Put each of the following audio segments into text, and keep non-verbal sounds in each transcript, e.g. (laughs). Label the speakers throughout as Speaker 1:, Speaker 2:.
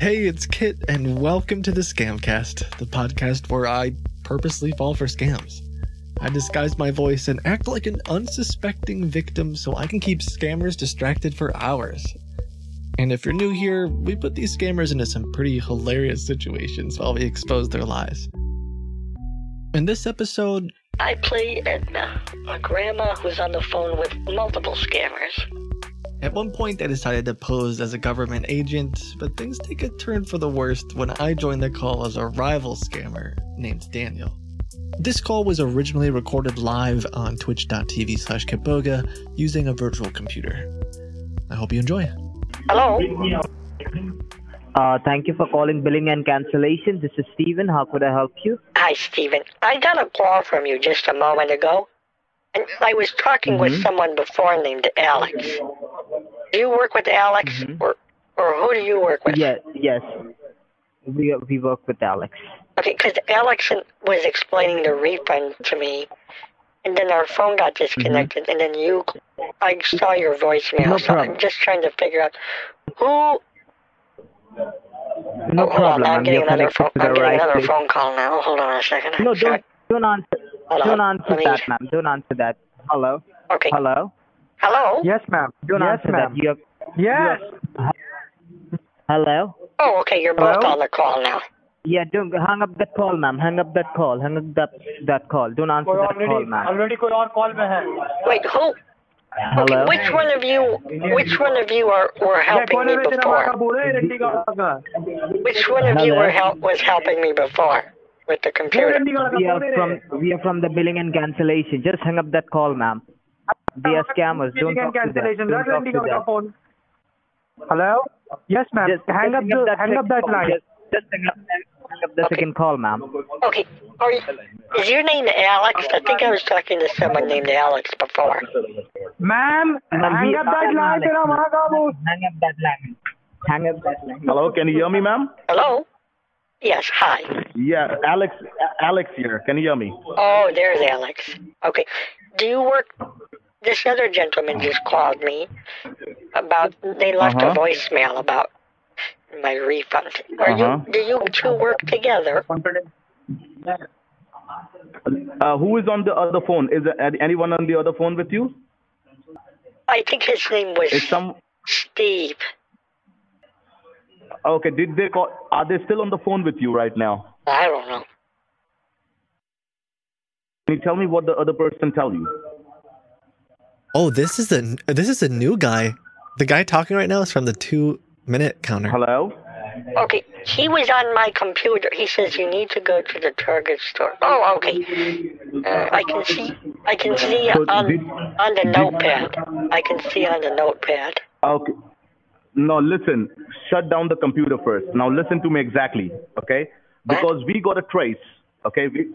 Speaker 1: Hey, it's Kit, and welcome to the Scamcast, the podcast where I purposely fall for scams. I disguise my voice and act like an unsuspecting victim so I can keep scammers distracted for hours. And if you're new here, we put these scammers into some pretty hilarious situations while we expose their lies. In this episode,
Speaker 2: I play Edna, a grandma who's on the phone with multiple scammers.
Speaker 1: At one point, I decided to pose as a government agent, but things take a turn for the worst when I join the call as a rival scammer named Daniel. This call was originally recorded live on twitch.tv slash kiboga using a virtual computer. I hope you enjoy.
Speaker 2: Hello?
Speaker 3: Uh, thank you for calling billing and cancellation. This is Steven. How could I help you?
Speaker 2: Hi, Steven. I got a call from you just a moment ago, and I was talking
Speaker 3: Mm-hmm.
Speaker 2: with someone before named Alex. Do you work with Alex,
Speaker 3: Mm-hmm.
Speaker 2: or, or who do you work with?
Speaker 3: Yes, yes. We we work with Alex.
Speaker 2: Okay, because Alex was explaining the refund to me, and then our phone got
Speaker 3: Mm-hmm.
Speaker 2: disconnected, and then you, I saw your voicemail,
Speaker 3: No
Speaker 2: so I'm
Speaker 3: problem.
Speaker 2: just trying to figure out who
Speaker 3: No
Speaker 2: Oh, hold
Speaker 3: problem.
Speaker 2: On, I'm, getting
Speaker 3: your
Speaker 2: another phone.
Speaker 3: to
Speaker 2: I'm
Speaker 3: the
Speaker 2: getting
Speaker 3: right
Speaker 2: another
Speaker 3: place.
Speaker 2: phone call now. Hold on a second.
Speaker 3: No,
Speaker 2: Sorry.
Speaker 3: don't don't answer.
Speaker 2: Hold on.
Speaker 3: Don't
Speaker 2: Let
Speaker 3: answer
Speaker 2: me-
Speaker 3: that, ma'am. Don't answer that. Hello.
Speaker 2: Okay.
Speaker 3: Hello.
Speaker 2: Hello.
Speaker 4: Yes, ma'am.
Speaker 3: Don't
Speaker 4: yes,
Speaker 3: answer
Speaker 4: ma'am.
Speaker 3: that. You have.
Speaker 4: Yes.
Speaker 3: Hello.
Speaker 2: Oh, okay. You're both
Speaker 4: Hello?
Speaker 2: on the call now.
Speaker 3: Yeah, don't hang up that call, ma'am. Hang up that call. Hang up that that call. Don't answer
Speaker 4: कोई
Speaker 3: that call,
Speaker 4: already
Speaker 3: ma'am.
Speaker 4: Already कोई और call में है
Speaker 2: Wait, who? Okay,
Speaker 3: Hello.
Speaker 2: which one of you? Which one of you are were
Speaker 4: ये
Speaker 2: helping
Speaker 4: कौन
Speaker 2: me
Speaker 4: है तेरा माँ का
Speaker 2: before?
Speaker 4: बोल रहा है रेड्डी का का
Speaker 2: Which one of you
Speaker 3: Hello?
Speaker 2: were help was helping me before with the
Speaker 4: ये
Speaker 2: computer?
Speaker 4: रेड्डी का
Speaker 3: We
Speaker 4: बोल
Speaker 3: are
Speaker 4: रहे
Speaker 3: from we are from the billing and cancellation. Just hang up that call, ma'am. They are scammers. Don't talk to them.
Speaker 4: Cancellation
Speaker 3: Don't talk
Speaker 4: Reddy
Speaker 3: to
Speaker 4: का
Speaker 3: them.
Speaker 4: Phone hello yes ma'am
Speaker 3: Just
Speaker 4: hang
Speaker 3: just
Speaker 4: up the hang
Speaker 3: second
Speaker 4: up that
Speaker 3: call.
Speaker 4: Line
Speaker 3: Just, just hang up, hang up the
Speaker 2: Okay.
Speaker 3: second call, ma'am.
Speaker 2: Okay. Are you, is your name Alex? I think I was talking to someone named Alex before.
Speaker 4: Ma'am
Speaker 3: Ma'am,
Speaker 4: hang
Speaker 3: we
Speaker 4: up
Speaker 3: are
Speaker 4: that line
Speaker 3: Alex,
Speaker 4: तेरा माँ का बोल
Speaker 3: Hang up that line. Hang up that line.
Speaker 5: Hello, can you hear me, ma'am?
Speaker 2: Hello. Yes. Hi.
Speaker 5: Yeah, Alex, A- Alex here. Can you hear me?
Speaker 2: Oh, there's Alex. Okay. Do you work? This other gentleman just called me about they left
Speaker 5: Uh-huh.
Speaker 2: a voicemail about my refund. Are
Speaker 5: Uh-huh.
Speaker 2: you? Do you two work together?
Speaker 5: Uh, who is on the other phone? Is there an- anyone on the other phone with you?
Speaker 2: I think his name was
Speaker 5: Is some
Speaker 2: Steve.
Speaker 5: okay? Did they call? Are they still on the phone with you right now?
Speaker 2: I don't know.
Speaker 5: Can you tell me what the other person tell you?
Speaker 1: Oh, this is the this is a new guy. The guy talking right now is from the two minute counter.
Speaker 5: Hello.
Speaker 2: Okay, he was on my computer. He says you need to go to the Target store. Oh, okay. Uh, I can see. I can see
Speaker 5: So
Speaker 2: on
Speaker 5: did-
Speaker 2: on the notepad. I can see on the notepad.
Speaker 5: Okay. Now listen. Shut down the computer first. Now listen to me exactly, okay? Because we got a trace, okay? We,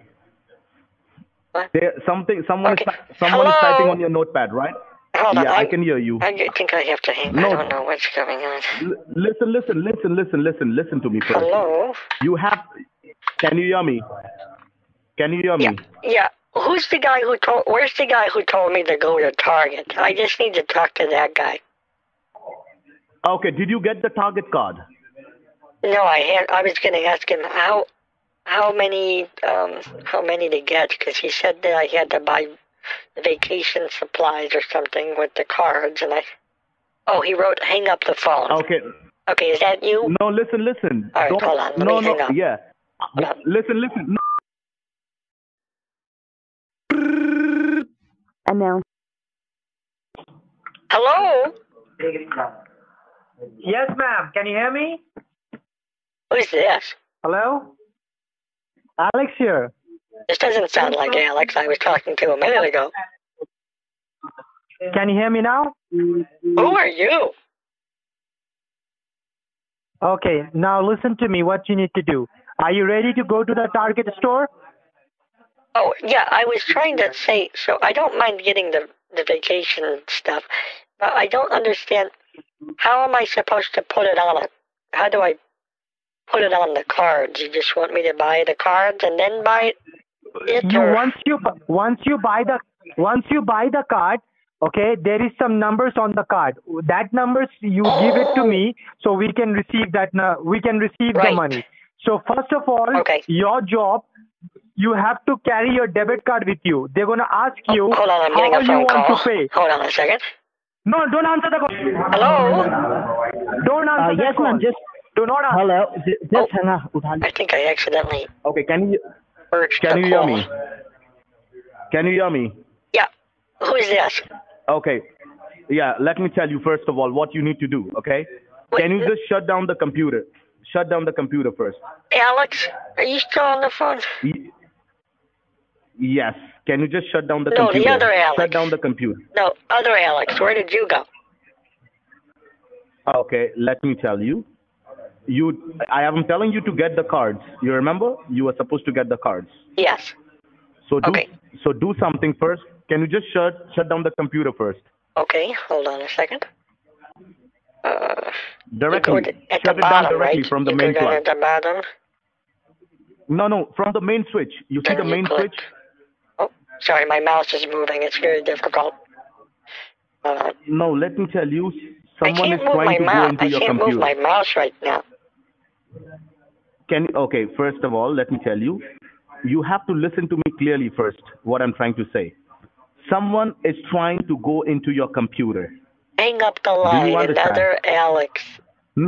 Speaker 2: What?
Speaker 5: there something someone
Speaker 2: Okay.
Speaker 5: is, ty- someone is
Speaker 2: Hello?
Speaker 5: typing on your notepad, right?
Speaker 2: Hold on.
Speaker 5: yeah,
Speaker 2: I,
Speaker 5: I can hear you.
Speaker 2: I ju- think I have to hang. I
Speaker 5: No.
Speaker 2: don't know what's going on.
Speaker 5: L- listen, listen, listen, listen, listen, listen to me first.
Speaker 2: Hello.
Speaker 5: You have. Can you hear me? Can you hear me?
Speaker 2: Yeah. Yeah. Who's the guy who told? Where's the guy who told me to go to Target? I just need to talk to that guy.
Speaker 5: Okay. Did you get the target card?
Speaker 2: No, I had. I was gonna ask him how how many um how many to get because he said that I had to buy vacation supplies or something with the cards and I. Oh, he wrote hang up the phone. Okay,
Speaker 5: Okay.
Speaker 2: is that you?
Speaker 5: Oh. No, listen, listen.
Speaker 2: All right,
Speaker 5: Don't-
Speaker 2: hold on, let
Speaker 5: no,
Speaker 2: me hang
Speaker 5: no.
Speaker 2: up.
Speaker 5: Yeah.
Speaker 2: Hold on.
Speaker 5: Listen, listen. No.
Speaker 2: Hello.
Speaker 4: Yes ma'am can you hear me
Speaker 2: Who's this?
Speaker 4: Hello Alex here
Speaker 2: This doesn't sound like Alex I was talking to a minute ago.
Speaker 4: Can you hear me now
Speaker 2: Who are you?
Speaker 4: Okay, now listen to me what you need to do. Are you ready to go to the Target store?
Speaker 2: Oh yeah, I was trying to say so I don't mind getting the the vacation stuff, but I don't understand how am I supposed to put it on it? How do I put it on the cards? You just want me to buy the cards and then buy it?
Speaker 4: You
Speaker 2: or-
Speaker 4: once you bu- once you buy the once you buy the card, Okay, there is some numbers on the card. That numbers you give it to me so we can receive that nu- we can receive the
Speaker 2: Right.
Speaker 4: money. So first of all,
Speaker 2: Okay.
Speaker 4: your job you have to carry your debit card with you. They're gonna ask you
Speaker 2: Oh, Hold on, I'm getting
Speaker 4: how
Speaker 2: a
Speaker 4: you
Speaker 2: phone
Speaker 4: want
Speaker 2: call.
Speaker 4: to pay.
Speaker 2: Hold on a second.
Speaker 4: No, don't answer the call.
Speaker 2: Hello?
Speaker 4: Don't answer
Speaker 1: Oh,
Speaker 3: Uh,
Speaker 4: the
Speaker 3: yes,
Speaker 4: call.
Speaker 3: ma'am. Just
Speaker 4: do not answer.
Speaker 3: hello. Ju- Just
Speaker 2: Oh.
Speaker 3: hang up. उठा ली.
Speaker 2: I think I accidentally
Speaker 5: Okay, can you
Speaker 2: urged
Speaker 5: can
Speaker 2: the
Speaker 5: you hear
Speaker 2: call.
Speaker 5: me? Can you hear me?
Speaker 2: Yeah. Who is this?
Speaker 5: Okay. Yeah, let me tell you first of all what you need to do, okay? Can you just shut down the computer? Shut down the computer first.
Speaker 2: Alex, are you still on the phone?
Speaker 5: Y- Yes. Can you just shut down the
Speaker 2: No, the
Speaker 5: computer?
Speaker 2: other
Speaker 5: Shut
Speaker 2: Alex.
Speaker 5: down the computer.
Speaker 2: No, other Alex, where did you go?
Speaker 5: Ah, Okay, let me tell you. You I am telling you to get the cards. You remember? You were supposed to get the cards.
Speaker 2: Yes.
Speaker 5: So do
Speaker 2: Okay.
Speaker 5: so do something first. Can you just shut shut down the computer first?
Speaker 2: Okay, hold on a second. Uh,
Speaker 5: Directly.
Speaker 2: You go to- at
Speaker 5: shut
Speaker 2: the
Speaker 5: it down
Speaker 2: bottom,
Speaker 5: directly
Speaker 2: right?
Speaker 5: from the
Speaker 2: you
Speaker 5: main
Speaker 2: go down
Speaker 5: plug.
Speaker 2: at the bottom.
Speaker 5: No, no, from the main switch. You see
Speaker 2: Then
Speaker 5: the
Speaker 2: you
Speaker 5: main
Speaker 2: click.
Speaker 5: switch?
Speaker 2: Oh, sorry, my mouse is moving. It's very difficult. Hold on.
Speaker 5: No, let me tell you,
Speaker 2: I
Speaker 5: someone
Speaker 2: can't
Speaker 5: is
Speaker 2: move my
Speaker 5: trying to go
Speaker 2: mouse.
Speaker 5: into
Speaker 2: I
Speaker 5: your
Speaker 2: can't move
Speaker 5: computer.
Speaker 2: my mouse right now.
Speaker 5: Can okay, first of all, let me tell you, you have to listen to me clearly first. What I'm trying to say. Someone is trying to go into your computer.
Speaker 2: Hang up the line.
Speaker 5: understand?
Speaker 2: Another Alex.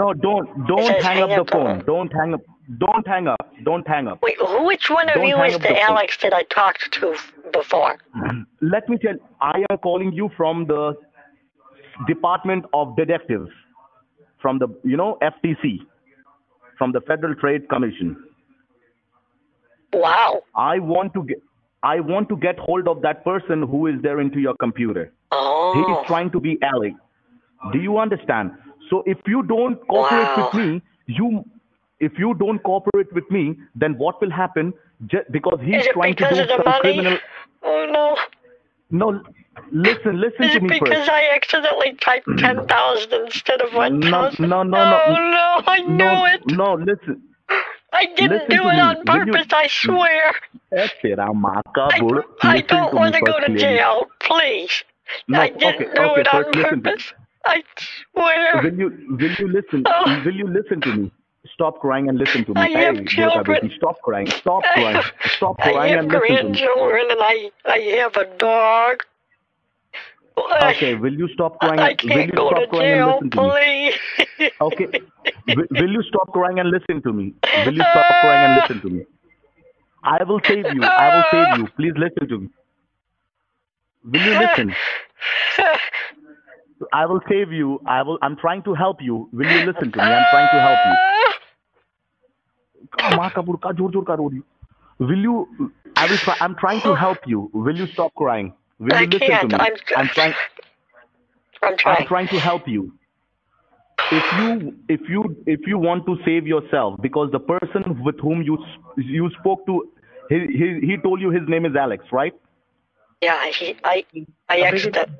Speaker 5: No, don't
Speaker 2: says
Speaker 5: don't hang
Speaker 2: hang
Speaker 5: up the
Speaker 2: up the
Speaker 5: phone.
Speaker 2: phone.
Speaker 5: Don't hang up. Don't hang up. Don't hang up.
Speaker 2: Wait, who, which one of
Speaker 5: Don't
Speaker 2: you
Speaker 5: hang
Speaker 2: is
Speaker 5: up the
Speaker 2: the
Speaker 5: phone.
Speaker 2: Alex that I talked to f- before?
Speaker 5: Let me tell. I am calling you from the Department of Detectives, from the you know FTC, from the Federal Trade Commission.
Speaker 2: Wow.
Speaker 5: I want to get I want to get hold of that person who is there into your computer. He is
Speaker 2: Oh.
Speaker 5: trying to be Alec. Do you understand? So if you don't cooperate
Speaker 2: Wow.
Speaker 5: with me, you if you don't cooperate with me, then what will happen? Ju- because he's
Speaker 2: Is it
Speaker 5: trying to
Speaker 2: because
Speaker 5: do
Speaker 2: of the
Speaker 5: some
Speaker 2: money?
Speaker 5: criminal.
Speaker 2: Oh no.
Speaker 5: No, l- listen, listen
Speaker 2: Is
Speaker 5: to
Speaker 2: it
Speaker 5: me
Speaker 2: because
Speaker 5: first.
Speaker 2: I accidentally typed 10,000 instead of 1,000?
Speaker 5: no, no, no,
Speaker 2: Oh
Speaker 5: no.
Speaker 2: no, I knew
Speaker 5: no,
Speaker 2: it.
Speaker 5: no, listen.
Speaker 2: I didn't
Speaker 5: listen
Speaker 2: do
Speaker 5: to
Speaker 2: it
Speaker 5: me.
Speaker 2: on
Speaker 5: Will you-
Speaker 2: purpose, I swear.
Speaker 5: Eh, Espera,
Speaker 2: I,
Speaker 5: macabro.
Speaker 2: I
Speaker 5: Listen
Speaker 2: don't
Speaker 5: me
Speaker 2: want to
Speaker 5: first
Speaker 2: go to
Speaker 5: clearly.
Speaker 2: jail, please.
Speaker 5: No,
Speaker 2: I didn't
Speaker 5: okay,
Speaker 2: do
Speaker 5: okay,
Speaker 2: it on
Speaker 5: first listen to-
Speaker 2: purpose. I swear.
Speaker 5: Will you will you listen?
Speaker 2: Oh.
Speaker 5: Will you listen to me? Stop crying and listen to me.
Speaker 2: I
Speaker 5: hey,
Speaker 2: have
Speaker 5: Durga
Speaker 2: children.
Speaker 5: Beti, stop crying. Stop
Speaker 2: I
Speaker 5: crying.
Speaker 2: have-
Speaker 5: Stop
Speaker 2: I
Speaker 5: crying
Speaker 2: have
Speaker 5: and listen to me.
Speaker 2: grandchildren and I, I have a dog.
Speaker 5: Okay, will you stop crying?
Speaker 2: I
Speaker 5: will
Speaker 2: can't
Speaker 5: you
Speaker 2: go
Speaker 5: stop
Speaker 2: to
Speaker 5: crying
Speaker 2: jail,
Speaker 5: and listen to me?
Speaker 2: please. (laughs)
Speaker 5: Okay. Will, will you stop crying and listen to me? Will you stop crying and listen to me? I will save you. I will save you. Please listen to me. Will you listen? I will save you. I will. I'm trying to help you. Will you listen to me? I'm trying to help you. माँ का बुड़का जोर जोर का रो रही हूँ। Will you? I will try. I'm trying to help you. Will you stop crying? Will
Speaker 2: I
Speaker 5: you listen
Speaker 2: can't.
Speaker 5: to me?
Speaker 2: I'm,
Speaker 5: I'm trying.
Speaker 2: I'm
Speaker 5: I'm
Speaker 2: trying.
Speaker 5: trying to help you. If you if you if you want to save yourself, because the person with whom you s- you spoke to, he he he told you his name is Alex, right?
Speaker 2: Yeah, he, I, I accident,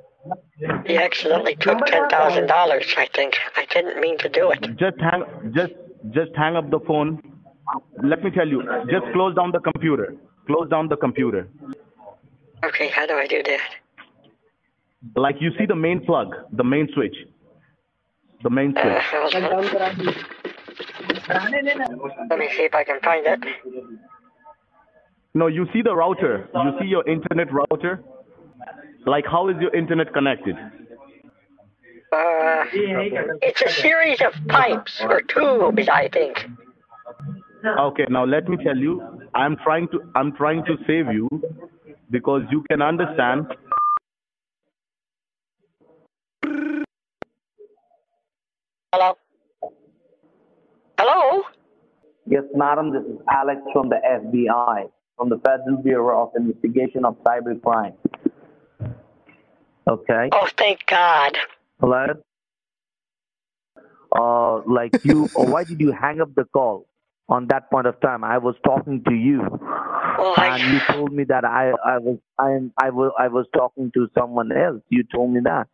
Speaker 2: he accidentally took ten thousand dollars. I think I didn't mean to do it.
Speaker 5: Just hang just just hang up the phone. Let me tell you. Just close down the computer. Close down the computer.
Speaker 2: Okay, how do I do that?
Speaker 5: Like you see the main plug, the main switch, the main
Speaker 2: Uh,
Speaker 5: switch.
Speaker 2: hold on. Let me see if I can find it.
Speaker 5: No, you see the router. You see your internet router. Like, how is your internet connected?
Speaker 2: Uh, it's a series of pipes or tubes, I think.
Speaker 5: Okay, now let me tell you. I'm trying to. I'm trying to save you, because you can understand.
Speaker 2: Hello. Hello.
Speaker 3: Yes, madam. This is Alex from the FBI, from the Federal Bureau of Investigation of Cybercrime. Okay.
Speaker 2: Oh, thank God.
Speaker 3: Hello. Uh, like
Speaker 1: (laughs)
Speaker 3: you, or why did you hang up the call on that point of time? I was talking to you,
Speaker 2: Well,
Speaker 3: and Ah, you
Speaker 2: I,
Speaker 3: told me that I, I was, I am, I was, I was talking to someone else. You told me that,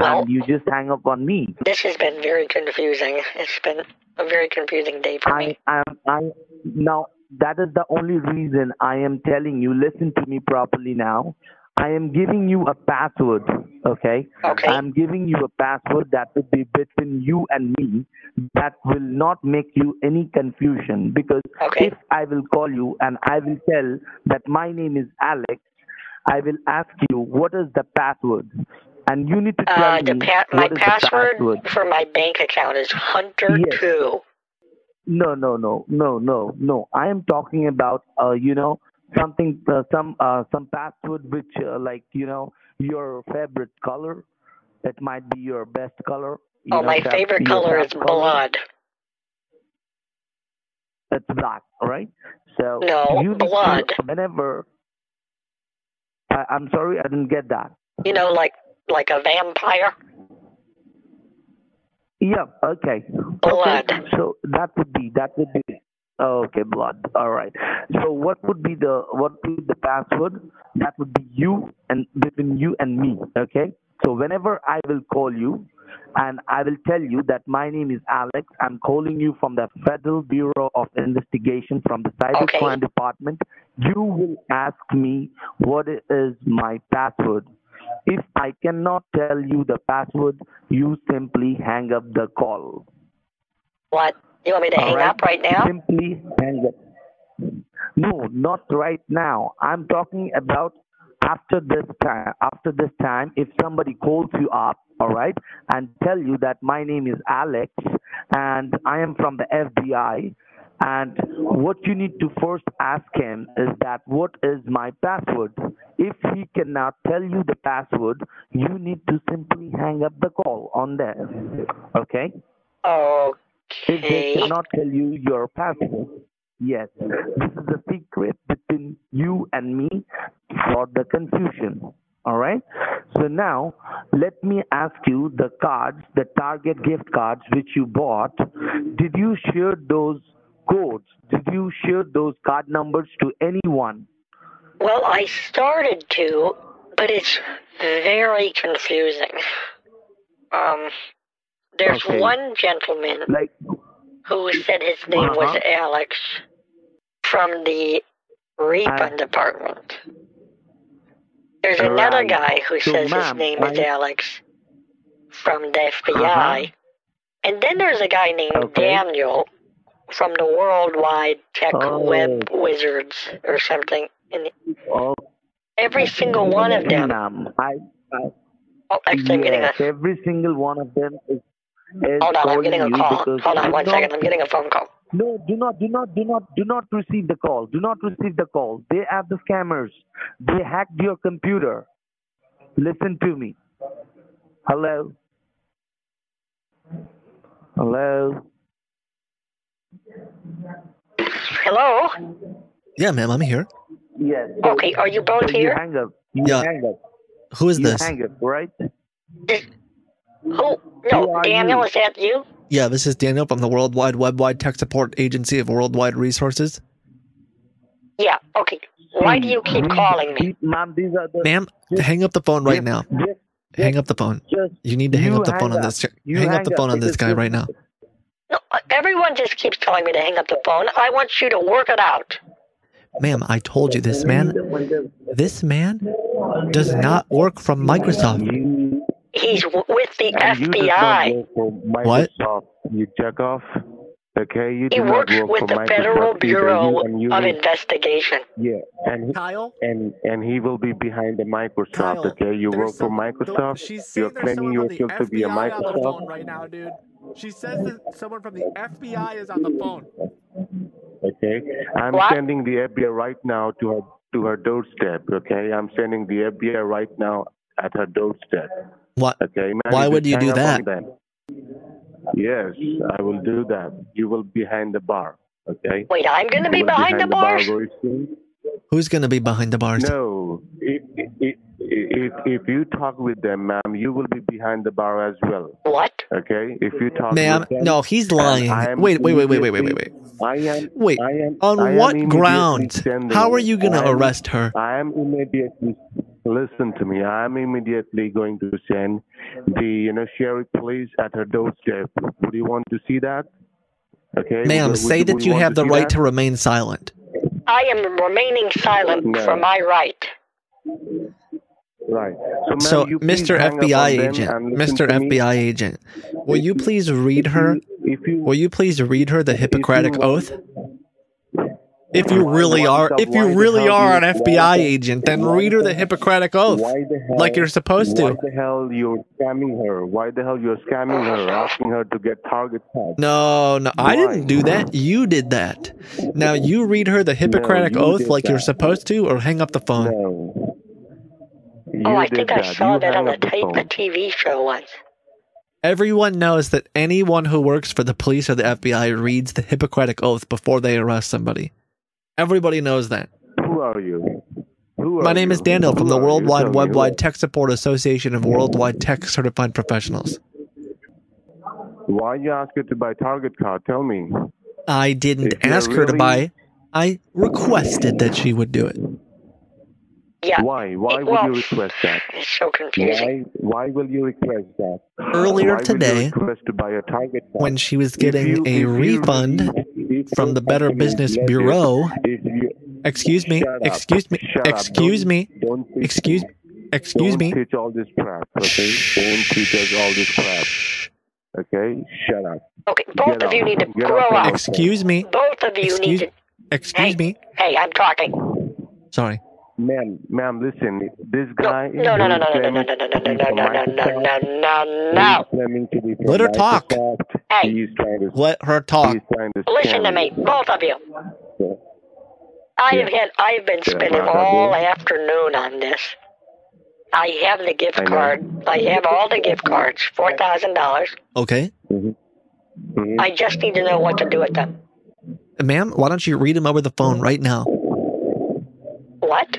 Speaker 2: Well-
Speaker 3: and you just hang up on me.
Speaker 2: this has been very confusing. It's been a very confusing day for
Speaker 3: I
Speaker 2: me.
Speaker 3: am I now that is the only reason I am telling you listen to me properly now. I am giving you a password, okay?
Speaker 2: Okay.
Speaker 3: I'm giving you a password that will be between you and me that will not make you any confusion because
Speaker 2: Okay.
Speaker 3: if I will call you and I will tell that my name is Alex, I will ask you what is the password and you need to tell
Speaker 2: Uh, the
Speaker 3: me
Speaker 2: pa- my
Speaker 3: what is
Speaker 2: password,
Speaker 3: the password.
Speaker 2: for my bank account is Hunter
Speaker 3: Yes.
Speaker 2: Two.
Speaker 3: No, no, no, no, no, no. I am talking about, uh, you know, something, uh, some, uh, some password which, uh, like, you know, your favorite color. That might be your best color. you
Speaker 2: Oh,
Speaker 3: know,
Speaker 2: my
Speaker 3: that
Speaker 2: favorite
Speaker 3: your
Speaker 2: color is
Speaker 3: best
Speaker 2: blood.
Speaker 3: It's black, all right? So
Speaker 2: No,
Speaker 3: you need
Speaker 2: blood.
Speaker 3: to whenever. I, I'm sorry, I didn't get that.
Speaker 2: You know, like like a vampire.
Speaker 3: Yeah. Okay.
Speaker 2: Blood.
Speaker 3: Okay. So that would be that would be okay. Blood. All right. So what would be the what would be the password? That would be you and between you and me. Okay. So whenever I will call you, and I will tell you that my name is Alex. I'm calling you from the Federal Bureau of Investigation from the
Speaker 2: Okay.
Speaker 3: Cybercrime Department. You will ask me what is my password. If I cannot tell you the password, you simply hang up the call.
Speaker 2: What? You want me to hang
Speaker 3: Alright?
Speaker 2: up right now?
Speaker 3: Simply hang up. No, not right now. I'm talking about after this time. After this time, if somebody calls you up, all right, and tell you that my name is Alex and I am from the FBI, and what you need to first ask him is that what is my password? If he cannot tell you the password, you need to simply hang up the call on there. Okay? If they
Speaker 2: Okay.
Speaker 3: cannot tell you your password, yes, this is a secret between you and me for the confusion. All right. So now let me ask you the cards, the Target gift cards which you bought. Did you share those codes? Did you share those card numbers to anyone?
Speaker 2: Well, I started to, but it's very confusing. Um, there's
Speaker 3: Okay.
Speaker 2: one gentleman
Speaker 3: Like,
Speaker 2: who said his name was
Speaker 3: Uh-huh.
Speaker 2: Alex from the refund department. There's another
Speaker 3: Right.
Speaker 2: guy who
Speaker 3: So,
Speaker 2: says his
Speaker 3: ma'am,
Speaker 2: name is
Speaker 3: I-
Speaker 2: Alex from the FBI.
Speaker 3: Uh-huh.
Speaker 2: And then there's a guy named
Speaker 3: Okay.
Speaker 2: Daniel from the Worldwide Tech
Speaker 3: Oh.
Speaker 2: Web Wizards or something. And
Speaker 3: oh,
Speaker 2: every single one of them.
Speaker 3: ma'am, I, I,
Speaker 2: Oh, actually, I'm getting a.
Speaker 3: yes, every single one of them is, is
Speaker 2: Hold on, I'm
Speaker 3: calling
Speaker 2: getting a
Speaker 3: you
Speaker 2: call.
Speaker 3: because
Speaker 2: Hold on
Speaker 3: you
Speaker 2: one
Speaker 3: don't-
Speaker 2: second, I'm getting a phone call.
Speaker 3: No, do not, do not, do not, do not receive the call. Do not receive the call. They are the scammers. They hacked your computer. Listen to me. Hello. Hello.
Speaker 2: Hello?
Speaker 1: Yeah, ma'am, I'm here.
Speaker 3: Yes.
Speaker 2: Okay, are you both
Speaker 3: So you
Speaker 2: here?
Speaker 3: hang up. You
Speaker 1: Yeah.
Speaker 3: hang up.
Speaker 1: Who is
Speaker 3: you
Speaker 1: this?
Speaker 3: hang up, right?
Speaker 2: Who?
Speaker 3: Who
Speaker 2: No,
Speaker 3: are
Speaker 2: Daniel,
Speaker 3: you?
Speaker 2: is that you?
Speaker 1: Yeah, this is Daniel from the Worldwide Webwide Tech Support Agency of Worldwide Resources.
Speaker 2: Yeah, okay. Why do you keep
Speaker 3: Please,
Speaker 2: calling me?
Speaker 3: please, Ma'am, these are the.
Speaker 1: Ma'am, hang up the phone right
Speaker 3: Yes,
Speaker 1: now.
Speaker 3: yes,
Speaker 1: Hang up the phone.
Speaker 3: Just
Speaker 1: You need to hang
Speaker 3: You
Speaker 1: up the phone
Speaker 3: hang
Speaker 1: on this.
Speaker 3: up. You
Speaker 1: Hang up
Speaker 3: hang
Speaker 1: the
Speaker 3: up.
Speaker 1: phone on
Speaker 3: It
Speaker 1: this
Speaker 3: is
Speaker 1: guy
Speaker 3: just-
Speaker 1: right now.
Speaker 2: No, everyone just keeps telling me to hang up the phone. I want you to work it out.
Speaker 1: Ma'am, I told you this man this man does not work from Microsoft.
Speaker 5: You,
Speaker 2: He's w- with the
Speaker 5: and you did not
Speaker 2: FBI.
Speaker 5: work for
Speaker 1: What?
Speaker 5: Microsoft. You check off. Okay, you
Speaker 2: He
Speaker 5: do not
Speaker 2: works
Speaker 5: work
Speaker 2: with
Speaker 5: for
Speaker 2: the
Speaker 5: Microsoft.
Speaker 2: Federal
Speaker 5: either.
Speaker 2: Bureau
Speaker 5: you, and you
Speaker 2: of
Speaker 5: will-
Speaker 2: Investigation.
Speaker 5: yeah, and he-
Speaker 1: Kyle,
Speaker 5: and and he will be behind the Microsoft.
Speaker 1: Kyle,
Speaker 5: okay, you
Speaker 1: there's
Speaker 5: work for
Speaker 1: someone- the-
Speaker 5: Microsoft.
Speaker 1: she's saying
Speaker 5: You're
Speaker 1: there's
Speaker 5: claiming
Speaker 6: someone from the
Speaker 5: yourself to be a
Speaker 6: FBI on the phone
Speaker 5: Microsoft.
Speaker 6: right now, dude. She says that someone from the FBI is on the phone.
Speaker 5: Okay, I'm
Speaker 2: What?
Speaker 5: sending the FBI right now to her to her doorstep. Okay, I'm sending the FBI right now at her doorstep.
Speaker 1: what
Speaker 5: Okay, man,
Speaker 1: Why
Speaker 5: you
Speaker 1: would
Speaker 5: just
Speaker 1: you
Speaker 5: hang
Speaker 1: do
Speaker 5: up on
Speaker 1: that?
Speaker 5: them. Yes, I will do that. You will be behind the bar. Okay.
Speaker 2: Wwait, I'm going to
Speaker 5: You
Speaker 2: be
Speaker 5: will
Speaker 2: behind the bars?
Speaker 5: very soon.
Speaker 1: who's gonna be behind the bars?
Speaker 5: No, if, if if if you talk with them, ma'am, you will be behind the bar as well.
Speaker 2: What?
Speaker 5: Okay, if you talk
Speaker 1: Ma'am,
Speaker 5: with them.
Speaker 1: no, he's
Speaker 5: and
Speaker 1: lying.
Speaker 5: I am
Speaker 1: Wait, wait, wait, wait, wait, wait, wait, wait.
Speaker 5: immediately- I am.
Speaker 1: Wait,
Speaker 5: I am. I
Speaker 1: on
Speaker 5: am
Speaker 1: what
Speaker 5: immediately
Speaker 1: grounds?
Speaker 5: sending-
Speaker 1: How are you gonna
Speaker 5: I am-
Speaker 1: arrest her?
Speaker 5: I am immediately. Listen to me. I am immediately going to send the you know sheriff police at her doorstep. Would you want to see that? Okay.
Speaker 1: Ma'am,
Speaker 5: would,
Speaker 1: say
Speaker 5: would,
Speaker 1: that
Speaker 5: would
Speaker 1: you
Speaker 5: want
Speaker 1: have
Speaker 5: to
Speaker 1: the
Speaker 5: see
Speaker 1: right
Speaker 5: that?
Speaker 1: to remain silent.
Speaker 2: I am remaining silent
Speaker 5: No.
Speaker 2: for my right.
Speaker 7: Right. So, ma'am,
Speaker 1: So,
Speaker 7: you please
Speaker 1: Mr.
Speaker 7: hang up on
Speaker 1: FBI
Speaker 7: them
Speaker 1: agent,
Speaker 7: and listen
Speaker 1: Mr.
Speaker 7: to me.
Speaker 1: FBI agent, will you please read her?
Speaker 7: If you
Speaker 1: Will you please read her the Hippocratic Oath? If you
Speaker 7: Why-
Speaker 1: really
Speaker 7: why
Speaker 1: are,
Speaker 7: the-
Speaker 1: if you
Speaker 7: why the
Speaker 1: really
Speaker 7: hell
Speaker 1: are
Speaker 7: you-
Speaker 1: an
Speaker 7: why
Speaker 1: FBI
Speaker 7: the-
Speaker 1: agent, then
Speaker 7: why
Speaker 1: read her the
Speaker 7: the-
Speaker 1: Hippocratic Oath,
Speaker 7: Why the hell,
Speaker 1: like you're supposed
Speaker 7: Why
Speaker 1: to.
Speaker 7: the hell you're scamming her? Why the hell you're scamming her, asking her to get target tag?
Speaker 1: No, no,
Speaker 7: Why?
Speaker 1: I didn't do that. You did that. Now you read her the Hippocratic
Speaker 7: you
Speaker 1: Oath
Speaker 7: did
Speaker 1: like you're
Speaker 7: that.
Speaker 1: supposed to, or hang up the phone.
Speaker 7: No. You
Speaker 2: oh, I
Speaker 7: did
Speaker 2: think
Speaker 7: that.
Speaker 2: I saw
Speaker 7: you
Speaker 2: that on
Speaker 7: hung
Speaker 2: a,
Speaker 7: up the
Speaker 2: tape,
Speaker 7: phone.
Speaker 2: a TV show once.
Speaker 1: Everyone knows that anyone who works for the police or the FBI reads the Hippocratic Oath before they arrest somebody. Everybody knows that.
Speaker 7: Who are you? Who are
Speaker 1: My name
Speaker 7: you?
Speaker 1: is Daniel from
Speaker 7: Who
Speaker 1: the
Speaker 7: are you?
Speaker 1: Worldwide
Speaker 7: Tell me who-
Speaker 1: Webwide Tech Support Association of Worldwide Tech Certified Professionals.
Speaker 7: Why you ask her to buy target card? Tell me.
Speaker 1: I didn't
Speaker 7: If you're
Speaker 1: ask her to
Speaker 7: really-
Speaker 1: buy. I requested that she would do it.
Speaker 2: Yeah.
Speaker 7: Why? Why
Speaker 2: It-
Speaker 7: would
Speaker 2: well,
Speaker 7: you request that?
Speaker 2: It's so confusing.
Speaker 7: Why? Why will you request that?
Speaker 1: Earlier
Speaker 7: Why will you
Speaker 1: today,
Speaker 7: request to buy a target card?
Speaker 1: when she was
Speaker 7: If you-
Speaker 1: getting
Speaker 7: if
Speaker 1: a
Speaker 7: you-
Speaker 1: refund
Speaker 7: if
Speaker 1: from
Speaker 7: your
Speaker 1: the Better
Speaker 7: company
Speaker 1: Business
Speaker 7: let you-
Speaker 1: Bureau,
Speaker 7: if you-
Speaker 1: excuse me,
Speaker 7: Shut up.
Speaker 1: excuse me,
Speaker 7: Shut up.
Speaker 1: excuse
Speaker 7: Don't-
Speaker 1: me,
Speaker 7: don't teach-
Speaker 1: excuse, excuse
Speaker 7: don't
Speaker 1: me.
Speaker 7: teach all this crap, okay? Don't teach us all this crap, okay? Shut up.
Speaker 2: Okay, both
Speaker 7: Get
Speaker 2: of you
Speaker 7: out.
Speaker 2: need to
Speaker 7: Get
Speaker 2: grow
Speaker 7: out.
Speaker 2: up.
Speaker 1: Excuse me,
Speaker 2: Both of you need
Speaker 1: excuse,
Speaker 2: to.
Speaker 1: excuse me.
Speaker 2: Hey, I'm talking.
Speaker 1: Sorry.
Speaker 7: Ma'am, ma'am, listen. This
Speaker 2: No,
Speaker 7: guy.
Speaker 2: no, no, no, no, no, no, no, no, no, no, no, no, no, no, no, no.
Speaker 1: Let her talk.
Speaker 2: Hey.
Speaker 7: He's trying to.
Speaker 1: Let her talk.
Speaker 7: He's trying to.
Speaker 2: Listen to
Speaker 7: scam
Speaker 2: me,
Speaker 7: you.
Speaker 2: both of you. I have had, I've been
Speaker 7: Yeah,
Speaker 2: spending
Speaker 7: I got
Speaker 2: all
Speaker 7: you.
Speaker 2: afternoon on this. I have the gift
Speaker 7: I know.
Speaker 2: card. I have all the gift cards, four thousand dollars.
Speaker 1: Okay.
Speaker 7: Mhm.
Speaker 2: I just need to know what to do with them.
Speaker 1: Ma'am, why don't you read him over the phone right now?
Speaker 2: What?